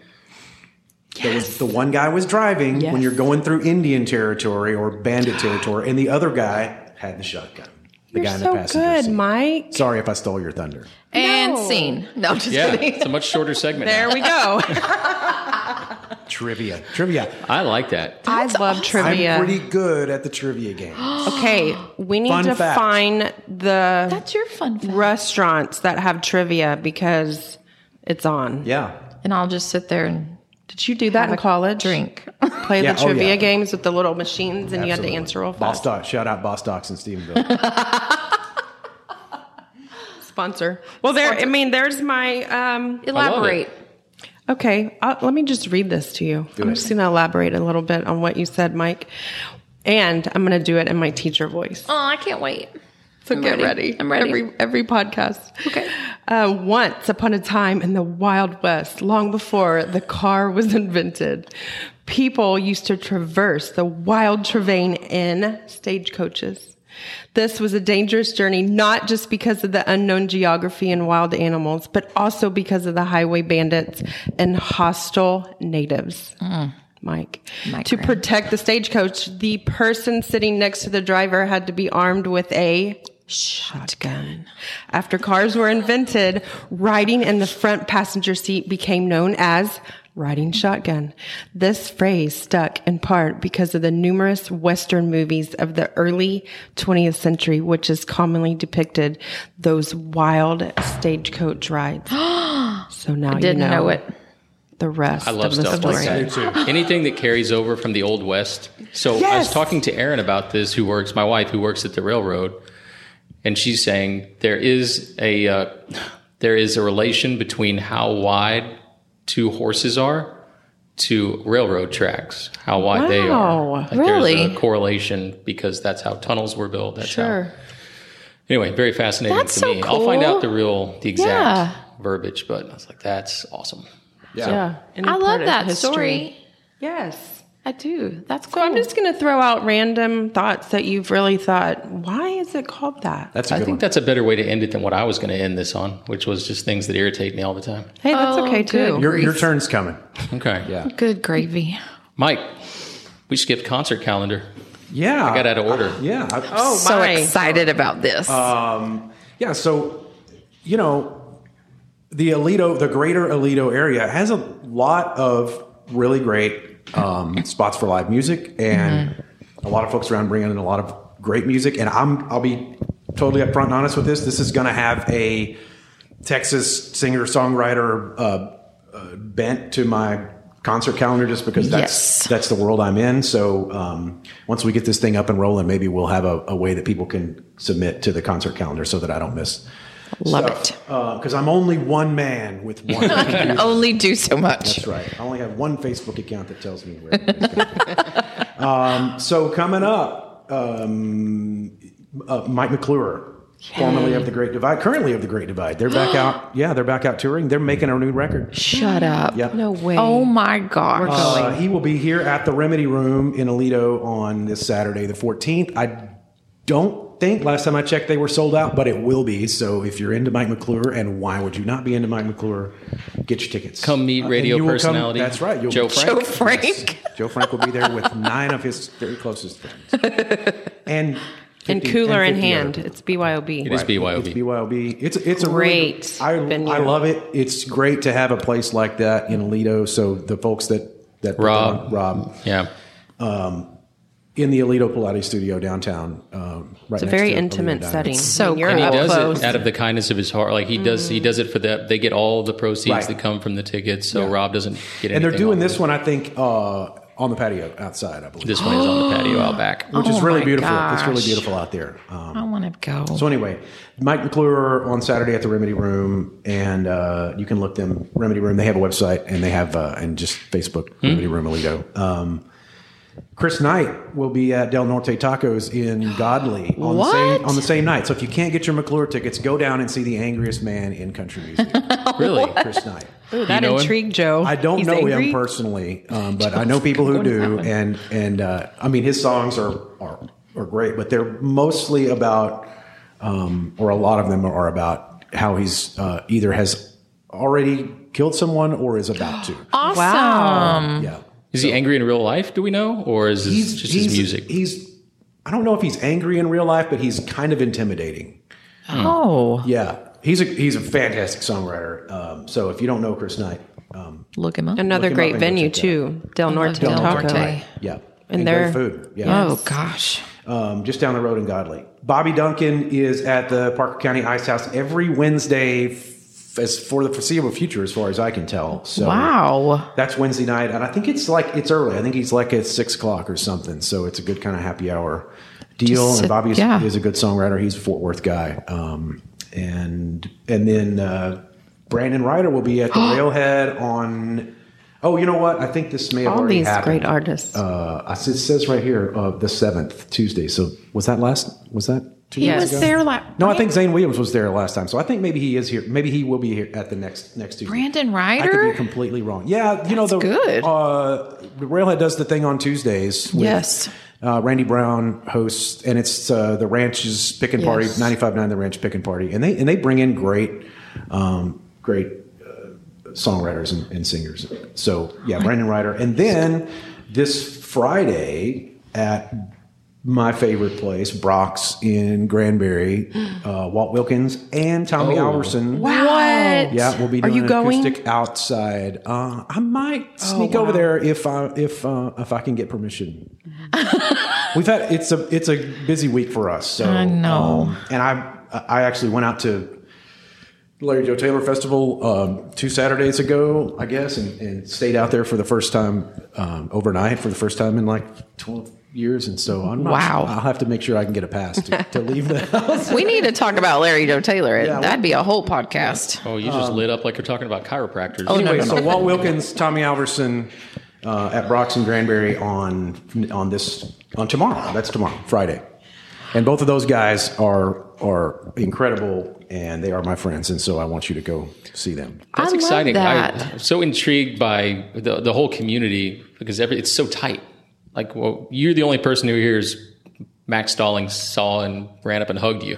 [SPEAKER 3] There was the one guy was driving
[SPEAKER 4] Yes.
[SPEAKER 3] when you're going through Indian territory or bandit territory, and the other guy had the shotgun. The guy
[SPEAKER 4] You're
[SPEAKER 3] in
[SPEAKER 4] so
[SPEAKER 3] the passenger
[SPEAKER 4] good,
[SPEAKER 3] seat.
[SPEAKER 4] Mike.
[SPEAKER 3] Sorry if I stole your thunder.
[SPEAKER 2] And
[SPEAKER 4] No.
[SPEAKER 2] scene. No, just
[SPEAKER 1] yeah,
[SPEAKER 2] kidding.
[SPEAKER 1] it's a much shorter segment.
[SPEAKER 4] There
[SPEAKER 1] now.
[SPEAKER 4] we go.
[SPEAKER 3] Trivia, trivia.
[SPEAKER 4] Oh,
[SPEAKER 1] I like that.
[SPEAKER 4] I love trivia.
[SPEAKER 3] I'm pretty good at the trivia game.
[SPEAKER 4] okay, we need
[SPEAKER 3] Fun
[SPEAKER 4] to
[SPEAKER 3] fact.
[SPEAKER 4] find the
[SPEAKER 2] That's your fun fact.
[SPEAKER 4] restaurants that have trivia because it's on.
[SPEAKER 3] yeah,
[SPEAKER 2] And I'll just sit there and
[SPEAKER 4] Did you do that in college?
[SPEAKER 2] drink.
[SPEAKER 4] Play
[SPEAKER 3] Yeah,
[SPEAKER 4] the
[SPEAKER 3] oh,
[SPEAKER 4] trivia
[SPEAKER 3] yeah.
[SPEAKER 4] games with the little machines, and you had to
[SPEAKER 3] Absolutely.
[SPEAKER 4] answer real fast.
[SPEAKER 3] Bostock, shout out Bostock's in Stephenville.
[SPEAKER 4] Sponsor. Well, there. I mean, there's my. Um,
[SPEAKER 2] Elaborate.
[SPEAKER 4] Okay, i let me just read this to you. I'm
[SPEAKER 3] it.
[SPEAKER 4] just going to elaborate a little bit on what you said, Mike, and I'm going to do it in my teacher voice.
[SPEAKER 2] Oh, I can't wait.
[SPEAKER 4] So
[SPEAKER 2] I'm
[SPEAKER 4] get
[SPEAKER 2] ready.
[SPEAKER 4] ready.
[SPEAKER 2] I'm ready.
[SPEAKER 4] Every every podcast.
[SPEAKER 2] Okay.
[SPEAKER 4] Uh, once upon a time in the Wild West, long before the car was invented, people used to traverse the wild terrain in stagecoaches. This was a dangerous journey, not just because of the unknown geography and wild animals, but also because of the highway bandits and hostile natives.
[SPEAKER 2] Mm.
[SPEAKER 4] Mike.
[SPEAKER 2] Mike
[SPEAKER 4] to
[SPEAKER 2] Graham.
[SPEAKER 4] protect the stagecoach, the person sitting next to the driver had to be armed with a shotgun. After cars were invented, riding in the front passenger seat became known as riding shotgun. This phrase stuck in part because of the numerous Western movies of the early 20th century, which is commonly depicted those wild stagecoach rides. so now you
[SPEAKER 2] Didn't know it.
[SPEAKER 4] the rest
[SPEAKER 1] I love
[SPEAKER 4] of the
[SPEAKER 1] stuff
[SPEAKER 4] story.
[SPEAKER 1] like that. Anything that carries over from the old west. So I was
[SPEAKER 4] Yes.
[SPEAKER 1] talking to Erin about this, who works, my wife, who works at the railroad, and she's saying there is a uh, there is a relation between how wide two horses are to railroad tracks, how wide they are.
[SPEAKER 4] Wow,
[SPEAKER 2] really?
[SPEAKER 1] There's a correlation because that's how tunnels were built. That's how.
[SPEAKER 4] Sure.
[SPEAKER 1] Anyway, very fascinating
[SPEAKER 2] That's
[SPEAKER 1] to
[SPEAKER 2] so
[SPEAKER 1] me. I'll find
[SPEAKER 2] cool.
[SPEAKER 1] out the real, the exact
[SPEAKER 2] Yeah.
[SPEAKER 1] verbiage, but I was like, that's awesome.
[SPEAKER 4] Yeah.
[SPEAKER 2] I love that story.
[SPEAKER 4] Yes.
[SPEAKER 2] I do. That's cool.
[SPEAKER 4] So I'm just going to throw out random thoughts that you've really thought, why is it called that?
[SPEAKER 3] That's a
[SPEAKER 1] I
[SPEAKER 3] good
[SPEAKER 1] think
[SPEAKER 3] one.
[SPEAKER 1] that's a better way to end it than what I was going to end this on, which was just things that irritate me all the time.
[SPEAKER 4] Hey, that's
[SPEAKER 2] Oh,
[SPEAKER 4] okay
[SPEAKER 2] good.
[SPEAKER 4] too.
[SPEAKER 3] Your, your
[SPEAKER 2] Grief.
[SPEAKER 3] turn's coming.
[SPEAKER 1] Okay. Yeah.
[SPEAKER 2] Good gravy.
[SPEAKER 1] Mike, we skipped concert calendar.
[SPEAKER 3] Yeah, I
[SPEAKER 1] Got out of order.
[SPEAKER 3] Yeah, I-
[SPEAKER 4] Oh,
[SPEAKER 2] so
[SPEAKER 4] my.
[SPEAKER 2] excited about this.
[SPEAKER 3] Uh, yeah. So, you know, the Alito, the greater Alito area has a lot of really great um, spots for live music, and a lot of folks around bringing in a lot of great music. And I'm I'll be totally upfront and honest with this. This is going to have a Texas singer songwriter uh, uh, bent to my concert calendar just because that's
[SPEAKER 2] Yes.
[SPEAKER 3] that's the world I'm in. So um, once we get this thing up and rolling, maybe we'll have a, a way that people can submit to the concert calendar so that I don't miss.
[SPEAKER 2] Love it.
[SPEAKER 3] Because I'm only one man with one.
[SPEAKER 2] Can only do so much.
[SPEAKER 3] That's right. I only have one Facebook account that tells me where. everybody's going. um, so coming up, um, uh, Mike McClure, formerly of the Great Divide, currently of the Great Divide. They're back out. Yeah, they're back out touring. They're making a new record.
[SPEAKER 2] Shut up.
[SPEAKER 3] Yep.
[SPEAKER 4] No way.
[SPEAKER 2] Oh my gosh.
[SPEAKER 3] Uh, he will be here at the Remedy Room in Alito on this Saturday, the 14th. I don't think last time I checked they were sold out, but it will be. So if you're into Mike McClure, and why would you not be into Mike McClure? Get your tickets.
[SPEAKER 1] Come meet
[SPEAKER 3] Uh, and
[SPEAKER 1] radio
[SPEAKER 3] you will come-
[SPEAKER 1] personality.
[SPEAKER 3] that's right. You'll
[SPEAKER 1] Joe
[SPEAKER 2] Joe
[SPEAKER 1] Frank.
[SPEAKER 2] Frank.
[SPEAKER 3] Joe Frank will be there with nine of his very closest friends. And 50
[SPEAKER 4] and cooler in
[SPEAKER 3] 50 other
[SPEAKER 4] hand.
[SPEAKER 3] people.
[SPEAKER 4] It's BYOB.
[SPEAKER 1] It is BYOB.
[SPEAKER 3] It's BYOB. It's it's a
[SPEAKER 4] Great
[SPEAKER 3] Really,
[SPEAKER 4] venue.
[SPEAKER 3] I, I love it. It's great to have a place like that in Alito. So the folks that that
[SPEAKER 1] Rob.
[SPEAKER 3] Rob
[SPEAKER 1] Yeah.
[SPEAKER 3] in the Alito Pilates studio downtown. Um,
[SPEAKER 4] It's
[SPEAKER 3] right
[SPEAKER 4] a
[SPEAKER 3] next
[SPEAKER 4] very
[SPEAKER 3] to Alito
[SPEAKER 4] intimate
[SPEAKER 3] Diamonds.
[SPEAKER 4] setting.
[SPEAKER 2] So
[SPEAKER 4] When you're
[SPEAKER 2] cool.
[SPEAKER 1] He
[SPEAKER 4] up
[SPEAKER 1] does
[SPEAKER 4] close.
[SPEAKER 1] it out of the kindness of his heart. Like he does, he does it for that. They get all the proceeds
[SPEAKER 3] Mm. Right.
[SPEAKER 1] that come from the tickets, so Rob doesn't get. Anything
[SPEAKER 3] And they're doing
[SPEAKER 1] on
[SPEAKER 3] this one, I think, uh, on the patio outside. I believe,
[SPEAKER 1] This one is on the patio out back.
[SPEAKER 3] which
[SPEAKER 2] Oh
[SPEAKER 3] is really
[SPEAKER 2] my
[SPEAKER 3] beautiful. It's really
[SPEAKER 2] gosh.
[SPEAKER 3] beautiful out there. Um,
[SPEAKER 2] I want to go.
[SPEAKER 3] So anyway, Mike McClure on Saturday at the Remedy Room, and uh, you can look them Remedy Room. They have a website, and they have uh, and just Facebook Remedy Room Alito. Um, Chris Knight will be at Del Norte Tacos in Godley on the
[SPEAKER 2] What?
[SPEAKER 3] same on the same night. So if you can't get your McClure tickets, go down and see the angriest man in country music,
[SPEAKER 1] Really?
[SPEAKER 3] Chris Knight.
[SPEAKER 4] that
[SPEAKER 1] know him?
[SPEAKER 4] intrigued Joe.
[SPEAKER 3] I don't
[SPEAKER 4] He's
[SPEAKER 3] know
[SPEAKER 4] angry?
[SPEAKER 3] him personally, um, but I know people who do, and and uh, I mean his songs are are are great, but they're mostly about, um, or a lot of them are about how he's uh, either has already killed someone or is about to.
[SPEAKER 4] Uh-huh.
[SPEAKER 2] awesome.
[SPEAKER 4] Wow.
[SPEAKER 3] yeah,
[SPEAKER 1] Is he angry in real life? Do we know, or is this just his music?
[SPEAKER 3] He's I don't know if he's angry in real life, but he's kind of intimidating.
[SPEAKER 2] Oh,
[SPEAKER 3] Yeah, he's a he's a fantastic songwriter. Um, so if you don't know Chris Knight, um,
[SPEAKER 2] look him up.
[SPEAKER 4] Another
[SPEAKER 3] Look him up
[SPEAKER 4] great
[SPEAKER 3] and go
[SPEAKER 4] venue
[SPEAKER 3] check it
[SPEAKER 4] too, Del Norte
[SPEAKER 2] Del
[SPEAKER 4] Taco.
[SPEAKER 2] Norte.
[SPEAKER 3] yeah,
[SPEAKER 4] And
[SPEAKER 3] great
[SPEAKER 4] they're-
[SPEAKER 3] food. Yeah.
[SPEAKER 2] Oh gosh.
[SPEAKER 3] um, just down the road in Godley. Bobby Duncan is at the Parker County Ice House every Wednesday, f- as for the foreseeable future, as far as I can tell. So
[SPEAKER 2] Wow.
[SPEAKER 3] that's Wednesday night, and I think it's like it's early. I think he's like at six o'clock or something. So it's a good kind of happy hour deal.
[SPEAKER 2] Just
[SPEAKER 3] and
[SPEAKER 2] sit-
[SPEAKER 3] Bobby is,
[SPEAKER 2] yeah.
[SPEAKER 3] is a good songwriter. He's a Fort Worth guy, um, and and then uh, Brandon Ryder will be at the Railhead on. Oh, you know what? I think this may have
[SPEAKER 4] All
[SPEAKER 3] already
[SPEAKER 4] these
[SPEAKER 3] happened
[SPEAKER 4] great artists.
[SPEAKER 3] uh, I said- it says right here uh, the seventh Tuesday. So was that last? Was that two
[SPEAKER 2] He
[SPEAKER 3] days
[SPEAKER 2] was
[SPEAKER 3] ago?
[SPEAKER 2] there like
[SPEAKER 3] No, I think Zane Williams was there last time. So I think maybe he is here. Maybe he will be here at the next next Tuesday.
[SPEAKER 2] Brandon
[SPEAKER 3] I could
[SPEAKER 2] Ryder.
[SPEAKER 3] be completely wrong. Yeah, you know the
[SPEAKER 2] That's good.
[SPEAKER 3] Uh, the Railhead does the thing on Tuesdays. With,
[SPEAKER 2] Yes.
[SPEAKER 3] Uh, Randy Brown hosts, and it's uh, the Ranch's Pick and Party,
[SPEAKER 2] Yes.
[SPEAKER 3] ninety five nine, the Ranch Pick and Party, and they and they bring in great, um, great uh, songwriters and, and singers. So yeah, Brandon Ryder, and then this Friday at my favorite place, Brock's in Granbury, uh, Walt Wilkins and Tommy
[SPEAKER 1] Oh.
[SPEAKER 3] Alverson.
[SPEAKER 2] What?
[SPEAKER 3] Yeah, we'll be
[SPEAKER 4] Are
[SPEAKER 3] doing
[SPEAKER 4] you
[SPEAKER 3] an
[SPEAKER 4] going?
[SPEAKER 3] acoustic outside. Uh, I might sneak over there if I if uh, if I can get permission. We've had it's a it's a busy week for us. So
[SPEAKER 2] I know.
[SPEAKER 3] um, and I I actually went out to Larry Joe Taylor Festival um, two Saturdays ago, I guess, and, and stayed out there for the first time um, overnight for the first time in like twelve years, and so I'm not
[SPEAKER 2] Wow.
[SPEAKER 3] I'll have to make sure I can get a pass to, to leave the house.
[SPEAKER 2] We need to talk about Larry Joe Taylor.
[SPEAKER 3] well-
[SPEAKER 2] That'd be a whole podcast.
[SPEAKER 1] Oh, you
[SPEAKER 3] um,
[SPEAKER 1] just lit up like you're talking about chiropractors.
[SPEAKER 4] Oh,
[SPEAKER 2] no,
[SPEAKER 3] anyway,
[SPEAKER 2] no,
[SPEAKER 3] so Walt Wilkins, Tommy Alverson uh, at Brox and Granbury on on this on tomorrow. That's tomorrow, Friday. And both of those guys are are incredible, and they are my friends, and so I want you to go see them.
[SPEAKER 1] That's
[SPEAKER 2] I love
[SPEAKER 1] exciting.
[SPEAKER 2] that.
[SPEAKER 1] I, am so intrigued by the, the whole community because every it's so tight. Like, well, you're the only person who hears Max Stallings saw and ran up and hugged you.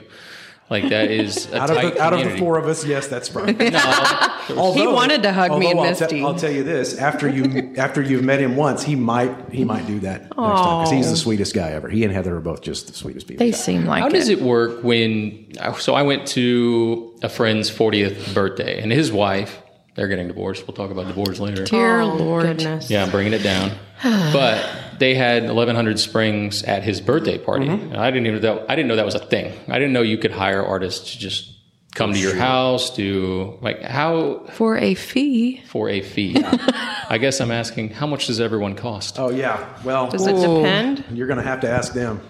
[SPEAKER 1] Like that is a
[SPEAKER 3] Out of,
[SPEAKER 1] tight
[SPEAKER 3] the, out of the
[SPEAKER 1] community.
[SPEAKER 3] four of us, yes, that's right.
[SPEAKER 4] He wanted to hug me
[SPEAKER 3] although
[SPEAKER 4] and
[SPEAKER 3] I'll
[SPEAKER 4] Misty.
[SPEAKER 3] I'll tell you this: after you after you've met him once, he might he might do that next time because he's the sweetest guy ever. He and Heather are both just the sweetest people.
[SPEAKER 2] They seem like
[SPEAKER 1] How
[SPEAKER 2] it.
[SPEAKER 1] does it work when? So I went to a friend's 40th birthday, and his wife. They're getting divorced. We'll talk about divorce later.
[SPEAKER 2] Dear
[SPEAKER 4] Oh,
[SPEAKER 2] Lord.
[SPEAKER 4] goodness.
[SPEAKER 1] Yeah, I'm bringing it down. but they had 1100 Springs at his birthday party. And I didn't even know, I didn't know that was a thing. I didn't know you could hire artists to just come to your house do like how
[SPEAKER 2] for a fee.
[SPEAKER 1] for a fee. I guess I'm asking how much does everyone cost?
[SPEAKER 3] Oh yeah. Well,
[SPEAKER 4] Does it depend?
[SPEAKER 3] you're gonna have to ask them.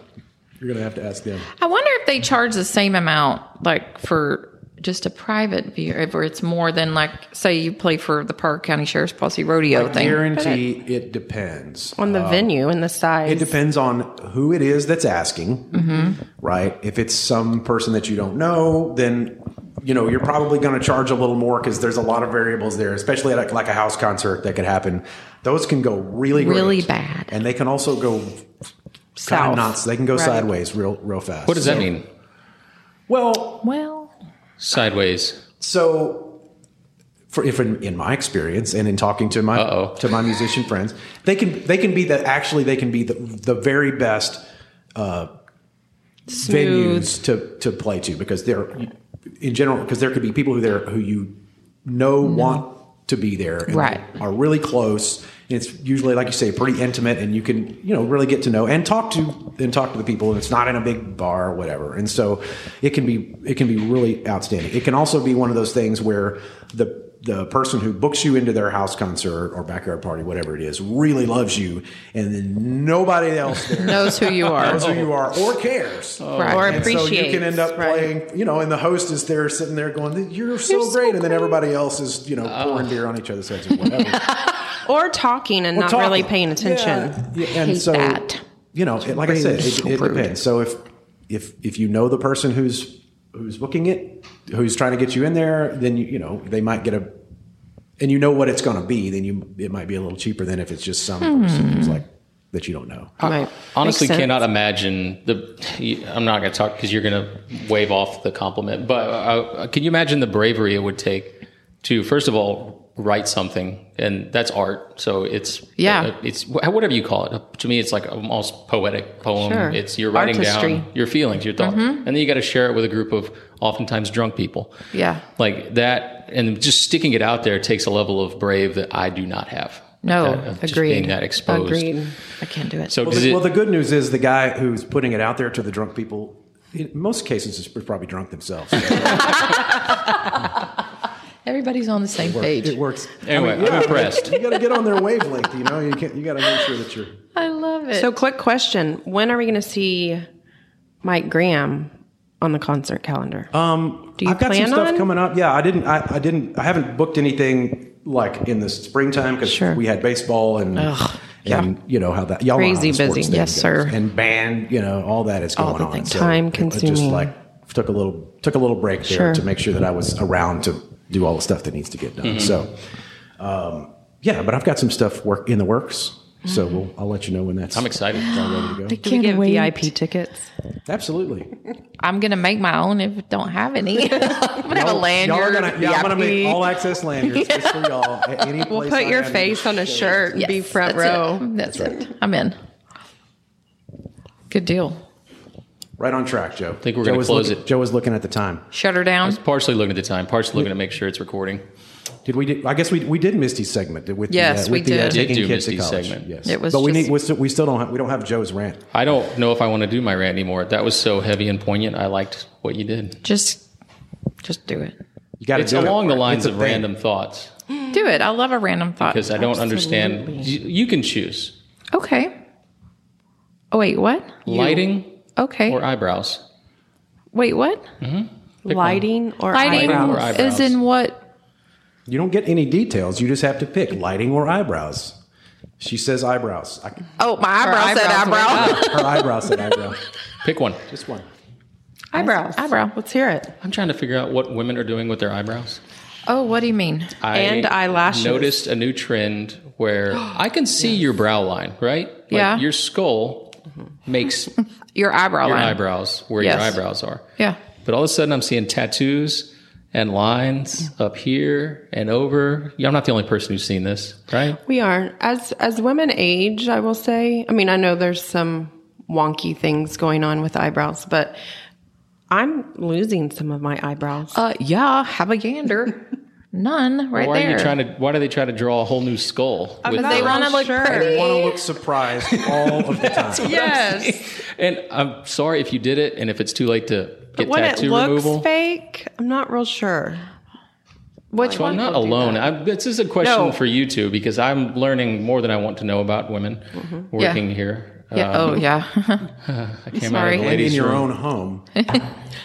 [SPEAKER 3] You're gonna have to ask them.
[SPEAKER 2] I wonder if they charge the same amount, like for just a private view, if it's more than like say you play for the Park County Sheriff's Posse rodeo thing.
[SPEAKER 3] Guarantee it depends.
[SPEAKER 4] On the venue and the size.
[SPEAKER 3] Uh, It depends on who it is that's asking, right? If it's some person that you don't know, then you know you're probably going to charge a little more because there's a lot of variables there, especially at like, like a house concert that could happen. Those can go really, great.
[SPEAKER 2] Really bad.
[SPEAKER 3] and they can also go kind
[SPEAKER 4] South.
[SPEAKER 3] of nuts. They can go
[SPEAKER 4] Right.
[SPEAKER 3] sideways real, real fast.
[SPEAKER 1] What does that mean?
[SPEAKER 3] Well,
[SPEAKER 2] Well,
[SPEAKER 1] Sideways.
[SPEAKER 3] so for if in, in my experience and in talking to my
[SPEAKER 1] Uh-oh.
[SPEAKER 3] to my musician friends, they can they can be the actually they can be the the very best uh,
[SPEAKER 4] Smooth.
[SPEAKER 3] venues to to play to because they're in general because there could be people who there who you know want to be there and
[SPEAKER 2] Right.
[SPEAKER 3] are really close and it's usually like you say pretty intimate and you can you know really get to know and talk to and talk to the people and it's not in a big bar or whatever and so it can be it can be really outstanding it can also be one of those things where the the person who books you into their house concert or backyard party whatever it is really loves you and then nobody else there
[SPEAKER 2] knows who you are.
[SPEAKER 3] knows who you are or cares
[SPEAKER 2] Right.
[SPEAKER 4] Or
[SPEAKER 3] and so you
[SPEAKER 4] appreciates.
[SPEAKER 3] can end up
[SPEAKER 4] right.
[SPEAKER 3] playing, you know, and the host is there sitting there going, "You're so
[SPEAKER 4] so
[SPEAKER 3] great," and then everybody else is, you know, pouring beer on each other's heads or whatever.
[SPEAKER 4] Or talking and not really
[SPEAKER 3] Talking.
[SPEAKER 4] paying attention.
[SPEAKER 3] Yeah. Yeah, and
[SPEAKER 2] Hate
[SPEAKER 3] so
[SPEAKER 2] that.
[SPEAKER 3] you know, it, like I said, it,
[SPEAKER 2] So
[SPEAKER 3] it
[SPEAKER 2] rude.
[SPEAKER 3] depends. So if if if you know the person who's who's booking it, who's trying to get you in there, then you you know they might get a, and you know what it's going to be, then you it might be a little cheaper than if it's just some person who's like that you don't know.
[SPEAKER 4] Right.
[SPEAKER 1] Honestly,
[SPEAKER 4] Makes sense.
[SPEAKER 1] cannot imagine the. I'm not going to talk because you're going to wave off the compliment. But uh, can you imagine the bravery it would take to, first of all, write something, and that's art. So it's
[SPEAKER 2] Yeah.
[SPEAKER 1] uh, it's wh- whatever you call it. Uh, To me, it's like almost poetic poem.
[SPEAKER 4] Sure.
[SPEAKER 1] It's you're writing
[SPEAKER 4] Artistry. Mm-hmm.
[SPEAKER 1] down your feelings, your thoughts, and then you got to share it with a group of oftentimes drunk people.
[SPEAKER 2] Yeah.
[SPEAKER 1] like that, and just sticking it out there takes a level of brave that I do not have.
[SPEAKER 2] No,
[SPEAKER 1] That- of just
[SPEAKER 2] agreed.
[SPEAKER 1] being that exposed.
[SPEAKER 4] Agreed.
[SPEAKER 2] I can't do it.
[SPEAKER 1] So
[SPEAKER 3] Well
[SPEAKER 1] does
[SPEAKER 3] the,
[SPEAKER 1] it,
[SPEAKER 3] well, the good news is the guy who's putting it out there to the drunk people, in most cases, is probably drunk themselves.
[SPEAKER 2] everybody's on the same page.
[SPEAKER 3] it works.
[SPEAKER 1] Anyway, I'm impressed.
[SPEAKER 3] You got to get on their wavelength. You know, you can't. You got to make sure that you're.
[SPEAKER 2] I love it.
[SPEAKER 4] So, quick question: When are we going to see Mike Graham on the concert calendar?
[SPEAKER 3] Um,
[SPEAKER 4] Do you
[SPEAKER 3] I've got
[SPEAKER 4] plan
[SPEAKER 3] some stuff
[SPEAKER 4] on?
[SPEAKER 3] coming up. Yeah, I didn't. I, I didn't. I haven't booked anything like in the springtime because
[SPEAKER 4] Sure.
[SPEAKER 3] we had baseball and. And you know how that y'all know how
[SPEAKER 4] Crazy
[SPEAKER 3] the sports
[SPEAKER 4] busy.
[SPEAKER 3] thing
[SPEAKER 4] Yes,
[SPEAKER 3] goes.
[SPEAKER 4] sir.
[SPEAKER 3] And band, you know, all that is
[SPEAKER 2] All
[SPEAKER 3] going
[SPEAKER 2] the
[SPEAKER 3] on.
[SPEAKER 2] things.
[SPEAKER 4] Time
[SPEAKER 3] it- It just
[SPEAKER 4] consuming.
[SPEAKER 3] like took a little took a little break there
[SPEAKER 4] Sure.
[SPEAKER 3] to make sure that I was around to do all the stuff that needs to get done. So, um, yeah, but I've got some stuff work in the works. So
[SPEAKER 4] Mm-hmm.
[SPEAKER 3] we'll, I'll let you know when that's
[SPEAKER 1] I'm excited.
[SPEAKER 3] all ready to go.
[SPEAKER 4] Do we get VIP tickets?
[SPEAKER 3] Absolutely.
[SPEAKER 2] I'm gonna make my own if it don't have any. I'm gonna have a lanyard.
[SPEAKER 3] Oh, Y'all are gonna, yeah, I'm gonna make
[SPEAKER 2] VIP.
[SPEAKER 3] all access lanyards just for y'all. At any place
[SPEAKER 4] We'll put
[SPEAKER 3] I
[SPEAKER 4] your
[SPEAKER 3] am in
[SPEAKER 4] face
[SPEAKER 3] the
[SPEAKER 4] on a
[SPEAKER 3] show.
[SPEAKER 4] shirt and
[SPEAKER 2] Yes,
[SPEAKER 4] be front
[SPEAKER 2] that's it.
[SPEAKER 4] row.
[SPEAKER 2] That's, it. I'm in. Good deal.
[SPEAKER 3] Right on track, Joe. I
[SPEAKER 1] think we're gonna close it.
[SPEAKER 3] Joe was looking at the time.
[SPEAKER 2] Shut her down.
[SPEAKER 1] Partially looking at the time, partially looking to make sure it's recording.
[SPEAKER 3] Did we? do- I guess we we did Misty's segment did- with
[SPEAKER 2] Yes,
[SPEAKER 3] the, uh,
[SPEAKER 2] we
[SPEAKER 3] with the, uh,
[SPEAKER 2] did.
[SPEAKER 3] taking
[SPEAKER 1] Did do
[SPEAKER 3] kids to
[SPEAKER 1] Misty's
[SPEAKER 3] college.
[SPEAKER 1] segment.
[SPEAKER 3] Yes,
[SPEAKER 2] It was
[SPEAKER 3] but we
[SPEAKER 2] just-
[SPEAKER 3] need we still, we still don't have, we don't have Joe's rant.
[SPEAKER 1] I don't know if I want to do my rant anymore. That was so heavy and poignant. I liked what you did.
[SPEAKER 2] Just, just do it.
[SPEAKER 3] You got to
[SPEAKER 1] It's
[SPEAKER 3] do
[SPEAKER 1] along
[SPEAKER 3] it.
[SPEAKER 1] the lines
[SPEAKER 3] It's
[SPEAKER 1] of
[SPEAKER 3] a thing.
[SPEAKER 1] random thoughts
[SPEAKER 2] Do it. I love a random thought.
[SPEAKER 1] because I don't understand. You, you can choose
[SPEAKER 2] Okay. Oh wait, what?
[SPEAKER 1] lighting
[SPEAKER 2] Okay.
[SPEAKER 1] or eyebrows.
[SPEAKER 2] wait, what?
[SPEAKER 4] Lighting or
[SPEAKER 2] Lighting
[SPEAKER 1] Lighting
[SPEAKER 4] eyebrows?
[SPEAKER 1] or eyebrows.
[SPEAKER 2] is in what?
[SPEAKER 3] You don't get any details. You just have to pick lighting or eyebrows. She says eyebrows. I,
[SPEAKER 2] Oh, my eyebrow said
[SPEAKER 4] eyebrows.
[SPEAKER 2] eyebrow.
[SPEAKER 3] her eyebrow said eyebrow.
[SPEAKER 1] Pick one.
[SPEAKER 3] Just one.
[SPEAKER 4] Eyebrows.
[SPEAKER 2] Eyebrow.
[SPEAKER 4] Let's hear it.
[SPEAKER 1] I'm trying to figure out what women are doing with their eyebrows.
[SPEAKER 2] Oh, what do you mean?
[SPEAKER 1] I
[SPEAKER 4] And eyelashes.
[SPEAKER 1] Noticed a new trend where I can see your brow line, right? Like
[SPEAKER 2] Yeah.
[SPEAKER 1] Your skull makes your
[SPEAKER 2] Your eyebrow line.
[SPEAKER 1] eyebrows where
[SPEAKER 2] Yes.
[SPEAKER 1] your eyebrows are.
[SPEAKER 2] Yeah.
[SPEAKER 1] But all of a sudden, I'm seeing tattoos and lines up here and over. Yeah, I'm not the only person who's seen this, right?
[SPEAKER 4] We are as as women age. I will say. I mean, I know there's some wonky things going on with eyebrows, but I'm losing some of my eyebrows.
[SPEAKER 2] Uh, yeah. Have a gander. None right
[SPEAKER 1] why
[SPEAKER 2] there.
[SPEAKER 1] are you trying to? Why do they try to draw a whole new skull?
[SPEAKER 4] but
[SPEAKER 1] with
[SPEAKER 4] they
[SPEAKER 2] they
[SPEAKER 1] the-
[SPEAKER 4] want
[SPEAKER 2] want to
[SPEAKER 4] I'm
[SPEAKER 2] look
[SPEAKER 4] sure.
[SPEAKER 2] pretty.
[SPEAKER 3] want to look surprised all of the time.
[SPEAKER 4] Yes.
[SPEAKER 1] and I'm sorry if you did it, and if it's too late to get
[SPEAKER 4] When it
[SPEAKER 1] tattoo
[SPEAKER 4] looks
[SPEAKER 1] removal.
[SPEAKER 4] fake, I'm not real sure.
[SPEAKER 2] Which
[SPEAKER 1] Well,
[SPEAKER 2] one?
[SPEAKER 1] I'm not alone. I, this is a question
[SPEAKER 4] No.
[SPEAKER 1] for you two because I'm learning more than I want to know about women
[SPEAKER 4] Mm-hmm.
[SPEAKER 1] working here.
[SPEAKER 2] Yeah.
[SPEAKER 1] Um,
[SPEAKER 2] oh yeah.
[SPEAKER 1] I came out of the
[SPEAKER 2] sorry. And
[SPEAKER 3] And in
[SPEAKER 1] ladies'
[SPEAKER 3] your
[SPEAKER 1] room.
[SPEAKER 3] own home,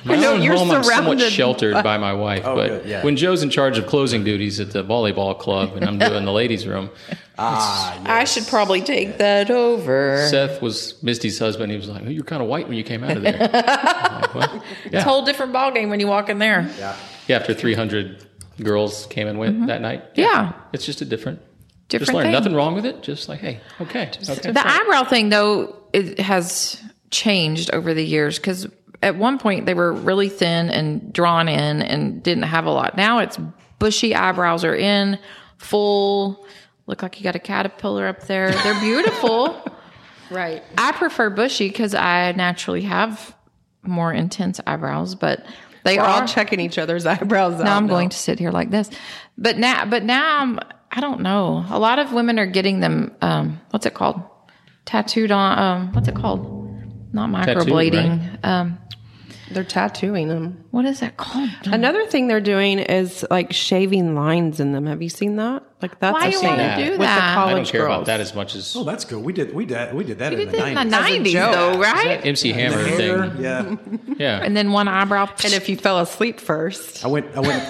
[SPEAKER 1] My
[SPEAKER 4] know,
[SPEAKER 1] own
[SPEAKER 4] you're
[SPEAKER 1] home, I'm somewhat
[SPEAKER 4] surrounded
[SPEAKER 1] sheltered by my wife, but
[SPEAKER 3] Oh, good, yeah.
[SPEAKER 1] when Joe's in charge of closing duties at the volleyball club and I'm doing the ladies' room,
[SPEAKER 3] Ah,
[SPEAKER 2] I should probably take that over.
[SPEAKER 1] Seth was Misty's husband. He was like, "You were kind of white when you came out of there." I'm like, "What?"
[SPEAKER 2] It's a
[SPEAKER 1] yeah.
[SPEAKER 2] whole different ballgame when you walk in there. Yeah.
[SPEAKER 1] yeah, after 300 girls came and went that night.
[SPEAKER 2] Mm-hmm. Yeah.
[SPEAKER 1] it's just a different.
[SPEAKER 2] Different
[SPEAKER 1] just learn
[SPEAKER 2] thing.
[SPEAKER 1] nothing wrong with it. Just like, hey, okay, okay.
[SPEAKER 2] The eyebrow thing, though, it has changed over the years because at one point they were really thin and drawn in and didn't have a lot. Now it's bushy eyebrows are in, full, look like you got a caterpillar up there. They're beautiful. right. I prefer bushy because I naturally have more intense eyebrows, but they
[SPEAKER 4] We're
[SPEAKER 2] are
[SPEAKER 4] all checking each other's eyebrows out.
[SPEAKER 2] now I'm going to sit here like this. But now, but now I'm, I don't know. A lot of women are getting them. Um, what's it called? Tattooed on. Um, what's it called? Not
[SPEAKER 1] Tattooed,
[SPEAKER 2] microblading. Um,
[SPEAKER 4] They're tattooing them.
[SPEAKER 2] what is that called?
[SPEAKER 4] Another thing they're doing is like shaving lines in them. Have you seen that? Like that's
[SPEAKER 2] Why
[SPEAKER 4] a
[SPEAKER 2] you
[SPEAKER 4] thing
[SPEAKER 2] wanna do
[SPEAKER 4] with
[SPEAKER 2] that?
[SPEAKER 4] the
[SPEAKER 2] I
[SPEAKER 1] I
[SPEAKER 4] college
[SPEAKER 1] don't care
[SPEAKER 4] girls.
[SPEAKER 1] about that as much as
[SPEAKER 3] oh, that's good. We did we did we did that
[SPEAKER 2] You
[SPEAKER 3] in
[SPEAKER 2] did
[SPEAKER 3] the
[SPEAKER 2] it in the
[SPEAKER 3] nineties.
[SPEAKER 2] nineties, though, right?
[SPEAKER 1] MC Hammer
[SPEAKER 3] Hair,
[SPEAKER 1] thing.
[SPEAKER 3] yeah.
[SPEAKER 1] Yeah,
[SPEAKER 2] And then one eyebrow.
[SPEAKER 4] And if you fell asleep first,
[SPEAKER 3] I went, I went,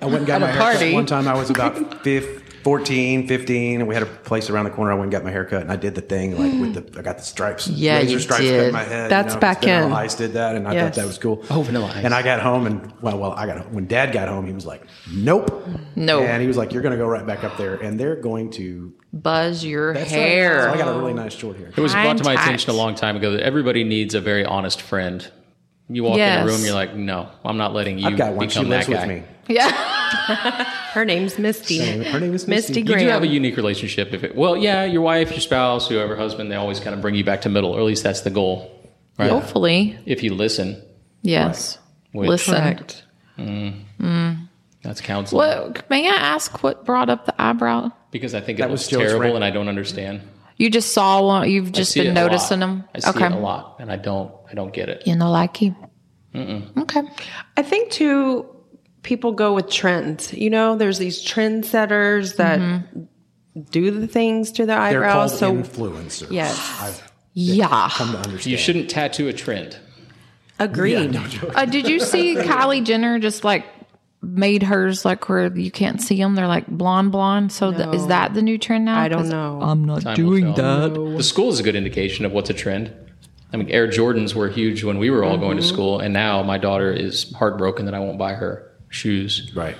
[SPEAKER 3] I went and got
[SPEAKER 4] At a
[SPEAKER 3] my haircut
[SPEAKER 4] party.
[SPEAKER 3] one time. I was about fif- 14, 15, and we had a place around the corner. I went and got my haircut, and I did the thing like with the, I got the stripes,
[SPEAKER 2] Yeah,
[SPEAKER 3] razor
[SPEAKER 2] you
[SPEAKER 3] stripes
[SPEAKER 2] did.
[SPEAKER 3] cut in my head.
[SPEAKER 4] That's
[SPEAKER 3] it's
[SPEAKER 4] back
[SPEAKER 3] Vanilla
[SPEAKER 4] in.
[SPEAKER 3] Ice did that, and I
[SPEAKER 4] Yes.
[SPEAKER 3] thought that was cool.
[SPEAKER 1] Oh, Vanilla Ice.
[SPEAKER 3] And I got home, and well, well, I got home. when Dad got home, he was like, "Nope,
[SPEAKER 2] No.
[SPEAKER 3] and he was like, "You're going to go right back up there, and they're going to
[SPEAKER 2] buzz your
[SPEAKER 3] that's right.
[SPEAKER 2] hair.
[SPEAKER 3] So I got a really nice short hair.
[SPEAKER 1] it was brought to my
[SPEAKER 2] Time
[SPEAKER 1] attention a
[SPEAKER 2] tight.
[SPEAKER 1] long time ago that everybody needs a very honest friend. You walk in
[SPEAKER 2] Yes.
[SPEAKER 1] a room, you're like, no, I'm not letting you
[SPEAKER 3] I've got one. She
[SPEAKER 1] become
[SPEAKER 3] lives
[SPEAKER 1] that
[SPEAKER 3] with
[SPEAKER 1] guy.
[SPEAKER 3] me.
[SPEAKER 2] yeah.
[SPEAKER 4] her name's Misty.
[SPEAKER 3] Her name is
[SPEAKER 4] Misty
[SPEAKER 3] Misty.
[SPEAKER 1] You
[SPEAKER 4] Graham.
[SPEAKER 1] do have a unique relationship. If it, well, yeah, your wife, your spouse, whoever, husband, they always kind of bring you back to middle, or at least that's the goal. Right?
[SPEAKER 2] Hopefully,
[SPEAKER 1] If you listen,
[SPEAKER 2] yes.
[SPEAKER 1] Which-
[SPEAKER 2] Listen.
[SPEAKER 4] Correct.
[SPEAKER 1] that's counseling.
[SPEAKER 2] What, may I ask what brought up the eyebrow?
[SPEAKER 1] Because I think it
[SPEAKER 3] That
[SPEAKER 1] looks
[SPEAKER 3] was Joe's
[SPEAKER 1] terrible,
[SPEAKER 3] rant.
[SPEAKER 1] and I don't understand.
[SPEAKER 2] You just saw one. You've
[SPEAKER 1] I
[SPEAKER 2] just
[SPEAKER 1] see
[SPEAKER 2] been
[SPEAKER 1] it a lot.
[SPEAKER 2] noticing them.
[SPEAKER 1] I see it a lot, and I don't. I don't get it.
[SPEAKER 2] You know, like him. Okay.
[SPEAKER 4] I think too, people go with trends. You know, there's these trend setters that do the things to their
[SPEAKER 3] They're called
[SPEAKER 4] eyebrows. So
[SPEAKER 3] influencers.
[SPEAKER 4] Yes.
[SPEAKER 3] I've
[SPEAKER 2] Yeah.
[SPEAKER 3] come to understand.
[SPEAKER 1] You shouldn't tattoo a trend.
[SPEAKER 4] agreed.
[SPEAKER 2] Uh, did you see Kylie Jenner just like made hers like where you can't see them? They're like blonde, blonde. So th- is that the new trend now?
[SPEAKER 4] I don't
[SPEAKER 2] 'Cause
[SPEAKER 4] know.
[SPEAKER 2] I'm not
[SPEAKER 1] Time will
[SPEAKER 2] doing
[SPEAKER 1] tell.
[SPEAKER 2] that.
[SPEAKER 1] The school is a good indication of what's a trend. I mean, Air Jordans were huge when we were all going to
[SPEAKER 2] Mm-hmm.
[SPEAKER 1] school, and now my daughter is heartbroken that I won't buy her shoes.
[SPEAKER 3] Right.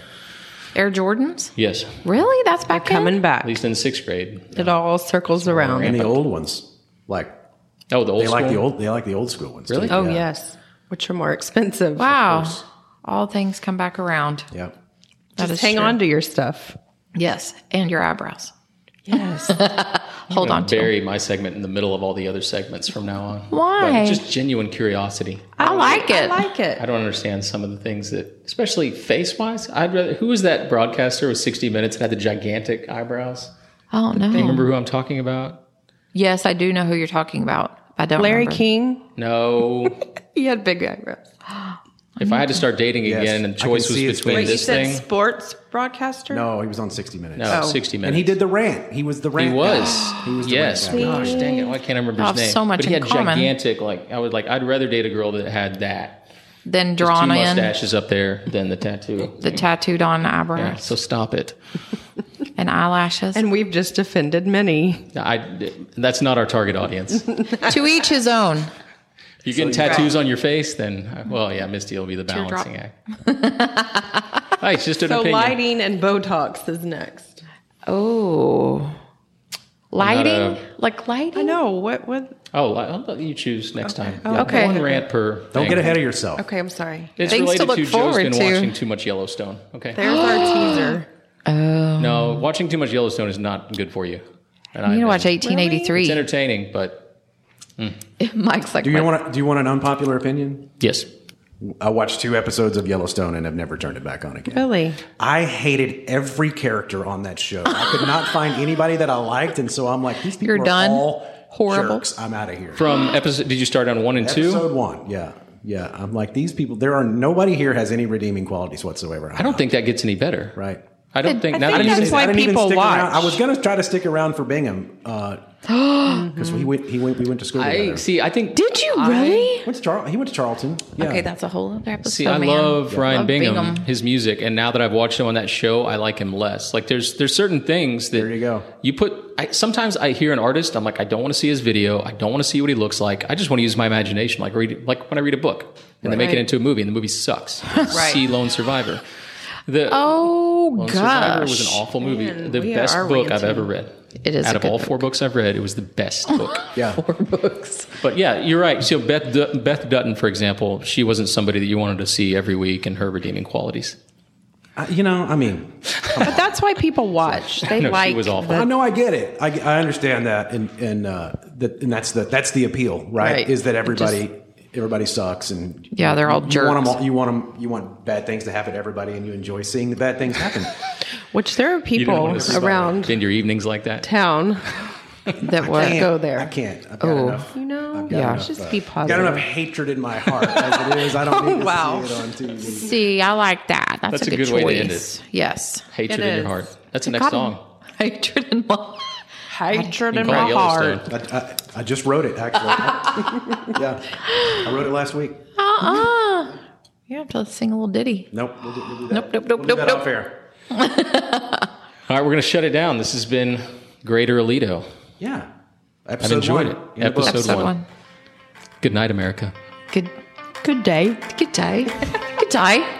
[SPEAKER 2] Air Jordans?
[SPEAKER 1] Yes,
[SPEAKER 2] Really? That's back in?
[SPEAKER 4] Coming back,
[SPEAKER 1] at least in sixth grade.
[SPEAKER 4] it all circles around.
[SPEAKER 3] And the old ones, like
[SPEAKER 1] Oh, the old
[SPEAKER 3] they
[SPEAKER 1] school.
[SPEAKER 3] like the old, they like the old school ones. too.
[SPEAKER 1] Really?
[SPEAKER 4] Oh
[SPEAKER 3] Yeah.
[SPEAKER 4] yes, which are more expensive.
[SPEAKER 2] Wow. All things come back around.
[SPEAKER 3] Yeah.
[SPEAKER 2] That
[SPEAKER 4] Just
[SPEAKER 2] is
[SPEAKER 4] hang
[SPEAKER 2] true.
[SPEAKER 4] on to your stuff.
[SPEAKER 2] Yes. And your eyebrows.
[SPEAKER 4] Yes.
[SPEAKER 2] Hold on to 'em.
[SPEAKER 1] bury my segment in the middle of all the other segments from now on.
[SPEAKER 2] Why?
[SPEAKER 1] But just genuine curiosity.
[SPEAKER 2] I like it.
[SPEAKER 4] I like
[SPEAKER 1] I
[SPEAKER 4] it.
[SPEAKER 1] don't understand some of the things that, especially face wise. I'd rather. Who was that broadcaster with 60 Minutes that had the gigantic eyebrows?
[SPEAKER 2] I don't know.
[SPEAKER 1] Remember who I'm talking about?
[SPEAKER 2] Yes, I do know who you're talking about. I don't
[SPEAKER 4] Larry
[SPEAKER 2] remember.
[SPEAKER 4] King,
[SPEAKER 1] No.
[SPEAKER 4] he had big eyebrows.
[SPEAKER 1] if I had to start dating again and
[SPEAKER 3] I
[SPEAKER 1] the
[SPEAKER 3] can
[SPEAKER 1] choice was
[SPEAKER 3] see his
[SPEAKER 1] between
[SPEAKER 3] face.
[SPEAKER 1] this thing,
[SPEAKER 4] sports broadcaster?
[SPEAKER 3] No, he was on 60 Minutes.
[SPEAKER 1] no,
[SPEAKER 4] Oh.
[SPEAKER 1] 60 Minutes.
[SPEAKER 3] And he did the rant. He was the
[SPEAKER 1] He
[SPEAKER 3] rant.
[SPEAKER 1] was.
[SPEAKER 3] guy. He was the
[SPEAKER 1] yes.
[SPEAKER 3] rant guy.
[SPEAKER 1] Gosh, dang it! Why can't I remember
[SPEAKER 2] I
[SPEAKER 1] his
[SPEAKER 2] have
[SPEAKER 1] name?
[SPEAKER 2] so much
[SPEAKER 1] but he
[SPEAKER 2] in
[SPEAKER 1] had
[SPEAKER 2] common.
[SPEAKER 1] gigantic. Like I would like. I'd rather date a girl that had that.
[SPEAKER 2] Then
[SPEAKER 1] Two
[SPEAKER 2] drawn in
[SPEAKER 1] mustaches up there than the tattoo.
[SPEAKER 2] the tattooed on
[SPEAKER 1] Yeah,
[SPEAKER 2] eyebrows
[SPEAKER 1] so stop it.
[SPEAKER 2] and eyelashes.
[SPEAKER 4] And we've just offended many.
[SPEAKER 1] I, that's not our target audience. If
[SPEAKER 2] to each his own.
[SPEAKER 1] you're getting tattoos on your face, then well, yeah, Misty will be the
[SPEAKER 2] Teardrop.
[SPEAKER 1] balancing act. hey, it's just an
[SPEAKER 4] So
[SPEAKER 1] opinion.
[SPEAKER 4] lighting and Botox is next.
[SPEAKER 2] Oh. Lighting?
[SPEAKER 1] a-
[SPEAKER 2] like
[SPEAKER 4] I
[SPEAKER 2] lighting?
[SPEAKER 4] know what what.
[SPEAKER 1] Oh, li- I'll let you choose next time.
[SPEAKER 2] okay.
[SPEAKER 1] One rant per.
[SPEAKER 3] Don't get ahead of yourself.
[SPEAKER 4] Okay, I'm sorry.
[SPEAKER 1] It's
[SPEAKER 2] Things to
[SPEAKER 1] related
[SPEAKER 2] look
[SPEAKER 1] to, Joe's been
[SPEAKER 2] forward to.
[SPEAKER 1] watching too much Yellowstone. Okay.
[SPEAKER 4] There's our teaser.
[SPEAKER 1] no, watching too much Yellowstone is not good for you. And I
[SPEAKER 2] You need to watch
[SPEAKER 1] understand. It's
[SPEAKER 2] 1883.
[SPEAKER 1] entertaining, but
[SPEAKER 2] Mike's like,
[SPEAKER 3] Do you
[SPEAKER 2] "What?"
[SPEAKER 3] want? Do you want an unpopular opinion?
[SPEAKER 1] yes,
[SPEAKER 3] I watched two episodes of Yellowstone and have never turned it back on again.
[SPEAKER 4] Really?
[SPEAKER 3] I hated every character on that show. I could not find anybody that I liked, and so I'm like, these people
[SPEAKER 2] You're
[SPEAKER 3] are
[SPEAKER 2] done?
[SPEAKER 3] all
[SPEAKER 2] Horrible.
[SPEAKER 3] jerks. I'm out of here.
[SPEAKER 1] From episode, did you start on one and two?
[SPEAKER 3] Episode one, yeah, yeah. I'm like, these people. There are nobody here has any redeeming qualities whatsoever.
[SPEAKER 1] I don't think that gets any better.
[SPEAKER 3] right.
[SPEAKER 1] I don't
[SPEAKER 2] I-
[SPEAKER 1] think.
[SPEAKER 2] I
[SPEAKER 1] now
[SPEAKER 2] think
[SPEAKER 1] that you
[SPEAKER 2] that's
[SPEAKER 1] say
[SPEAKER 2] why
[SPEAKER 1] that-
[SPEAKER 3] I didn't even
[SPEAKER 2] people
[SPEAKER 3] stick
[SPEAKER 2] watch.
[SPEAKER 3] around. I was gonna try to stick around for Bingham because we went. He went. We went to school
[SPEAKER 1] I
[SPEAKER 3] together.
[SPEAKER 1] see. I think.
[SPEAKER 2] Did you really?
[SPEAKER 3] Went to Charl- he went to Charlton. Yeah.
[SPEAKER 2] Okay, that's a whole other episode.
[SPEAKER 1] See, I
[SPEAKER 2] man.
[SPEAKER 1] love Ryan
[SPEAKER 2] Love
[SPEAKER 1] Bingham,
[SPEAKER 2] Bingham.
[SPEAKER 1] his music, and now that I've watched him on that show, I like him less. Like there's there's certain things that
[SPEAKER 3] There you go.
[SPEAKER 1] You put I, sometimes I hear an artist, I'm like, I don't want to see his video, I don't want to see what he looks like. I just want to use my imagination, like read like when I read a book and they make
[SPEAKER 4] Right.
[SPEAKER 1] it into a movie, and the movie sucks. See Lone Survivor. The
[SPEAKER 2] Oh
[SPEAKER 1] Lone Survivor
[SPEAKER 2] gosh,
[SPEAKER 1] was an awful movie,
[SPEAKER 4] Man,
[SPEAKER 1] the
[SPEAKER 4] we
[SPEAKER 1] best
[SPEAKER 4] are
[SPEAKER 1] book I've
[SPEAKER 4] ranting.
[SPEAKER 1] ever read.
[SPEAKER 2] It is
[SPEAKER 1] out
[SPEAKER 2] a
[SPEAKER 1] of
[SPEAKER 2] good
[SPEAKER 1] all four books I've read, it was the best book.
[SPEAKER 3] yeah.
[SPEAKER 2] four books.
[SPEAKER 1] But yeah, you're right. So Beth Dut- Beth Dutton, for example, she wasn't somebody that you wanted to see every week, and her redeeming qualities.
[SPEAKER 3] I, you know, I mean,
[SPEAKER 4] But that's why people watch. They
[SPEAKER 1] No, she
[SPEAKER 4] like
[SPEAKER 1] was awful.
[SPEAKER 4] the-
[SPEAKER 3] I know I get it. I, I understand that, and and uh, that and that's the that's the appeal, right?
[SPEAKER 2] Right.
[SPEAKER 3] Is that
[SPEAKER 2] It
[SPEAKER 3] everybody everybody sucks and
[SPEAKER 2] Yeah, they're all
[SPEAKER 3] you
[SPEAKER 2] jerks.
[SPEAKER 3] want them all, you want them you want bad things to happen to everybody, and you enjoy seeing the bad things happen.
[SPEAKER 4] which there are
[SPEAKER 1] You didn't
[SPEAKER 4] people
[SPEAKER 1] want to spend-
[SPEAKER 4] around
[SPEAKER 1] spend your evenings like that.
[SPEAKER 4] town
[SPEAKER 2] that was
[SPEAKER 4] go there.
[SPEAKER 3] I can't. I've got
[SPEAKER 2] Oh.
[SPEAKER 3] enough.
[SPEAKER 4] You know,
[SPEAKER 3] I've got
[SPEAKER 2] Yeah.
[SPEAKER 3] enough,
[SPEAKER 4] just
[SPEAKER 3] uh,
[SPEAKER 4] be positive.
[SPEAKER 3] Got enough hatred in my heart as it is. I don't
[SPEAKER 4] Oh,
[SPEAKER 3] need to
[SPEAKER 4] wow.
[SPEAKER 3] see it on TV.
[SPEAKER 2] See, I like that. That's,
[SPEAKER 1] That's
[SPEAKER 2] a,
[SPEAKER 1] a
[SPEAKER 2] good,
[SPEAKER 1] good way to end
[SPEAKER 2] choice. Yes.
[SPEAKER 1] Hatred
[SPEAKER 4] It
[SPEAKER 1] in your
[SPEAKER 4] is.
[SPEAKER 1] heart. That's the
[SPEAKER 2] I
[SPEAKER 1] next
[SPEAKER 2] got
[SPEAKER 1] song.
[SPEAKER 2] Hatred and love.
[SPEAKER 4] hatred
[SPEAKER 1] You
[SPEAKER 4] in
[SPEAKER 1] can call
[SPEAKER 4] my
[SPEAKER 1] it
[SPEAKER 4] heart.
[SPEAKER 1] Yellowstone.
[SPEAKER 3] I, I, I just wrote it actually. yeah, I wrote it last week.
[SPEAKER 2] Uh-uh. You have to sing a little ditty.
[SPEAKER 3] Nope. We'll do, we'll do that.
[SPEAKER 2] Nope, nope, nope,
[SPEAKER 3] We'll do that
[SPEAKER 2] nope, nope.
[SPEAKER 3] off air.
[SPEAKER 1] All right, we're gonna shut it down. This has been Greater Alito.
[SPEAKER 3] Yeah.
[SPEAKER 1] I've
[SPEAKER 3] Episode
[SPEAKER 1] enjoyed
[SPEAKER 3] one
[SPEAKER 1] it.
[SPEAKER 3] in the
[SPEAKER 1] Episode,
[SPEAKER 3] book.
[SPEAKER 2] Episode
[SPEAKER 1] one.
[SPEAKER 2] one.
[SPEAKER 1] Good night, America.
[SPEAKER 2] Good
[SPEAKER 4] Good day.
[SPEAKER 2] good day. good day.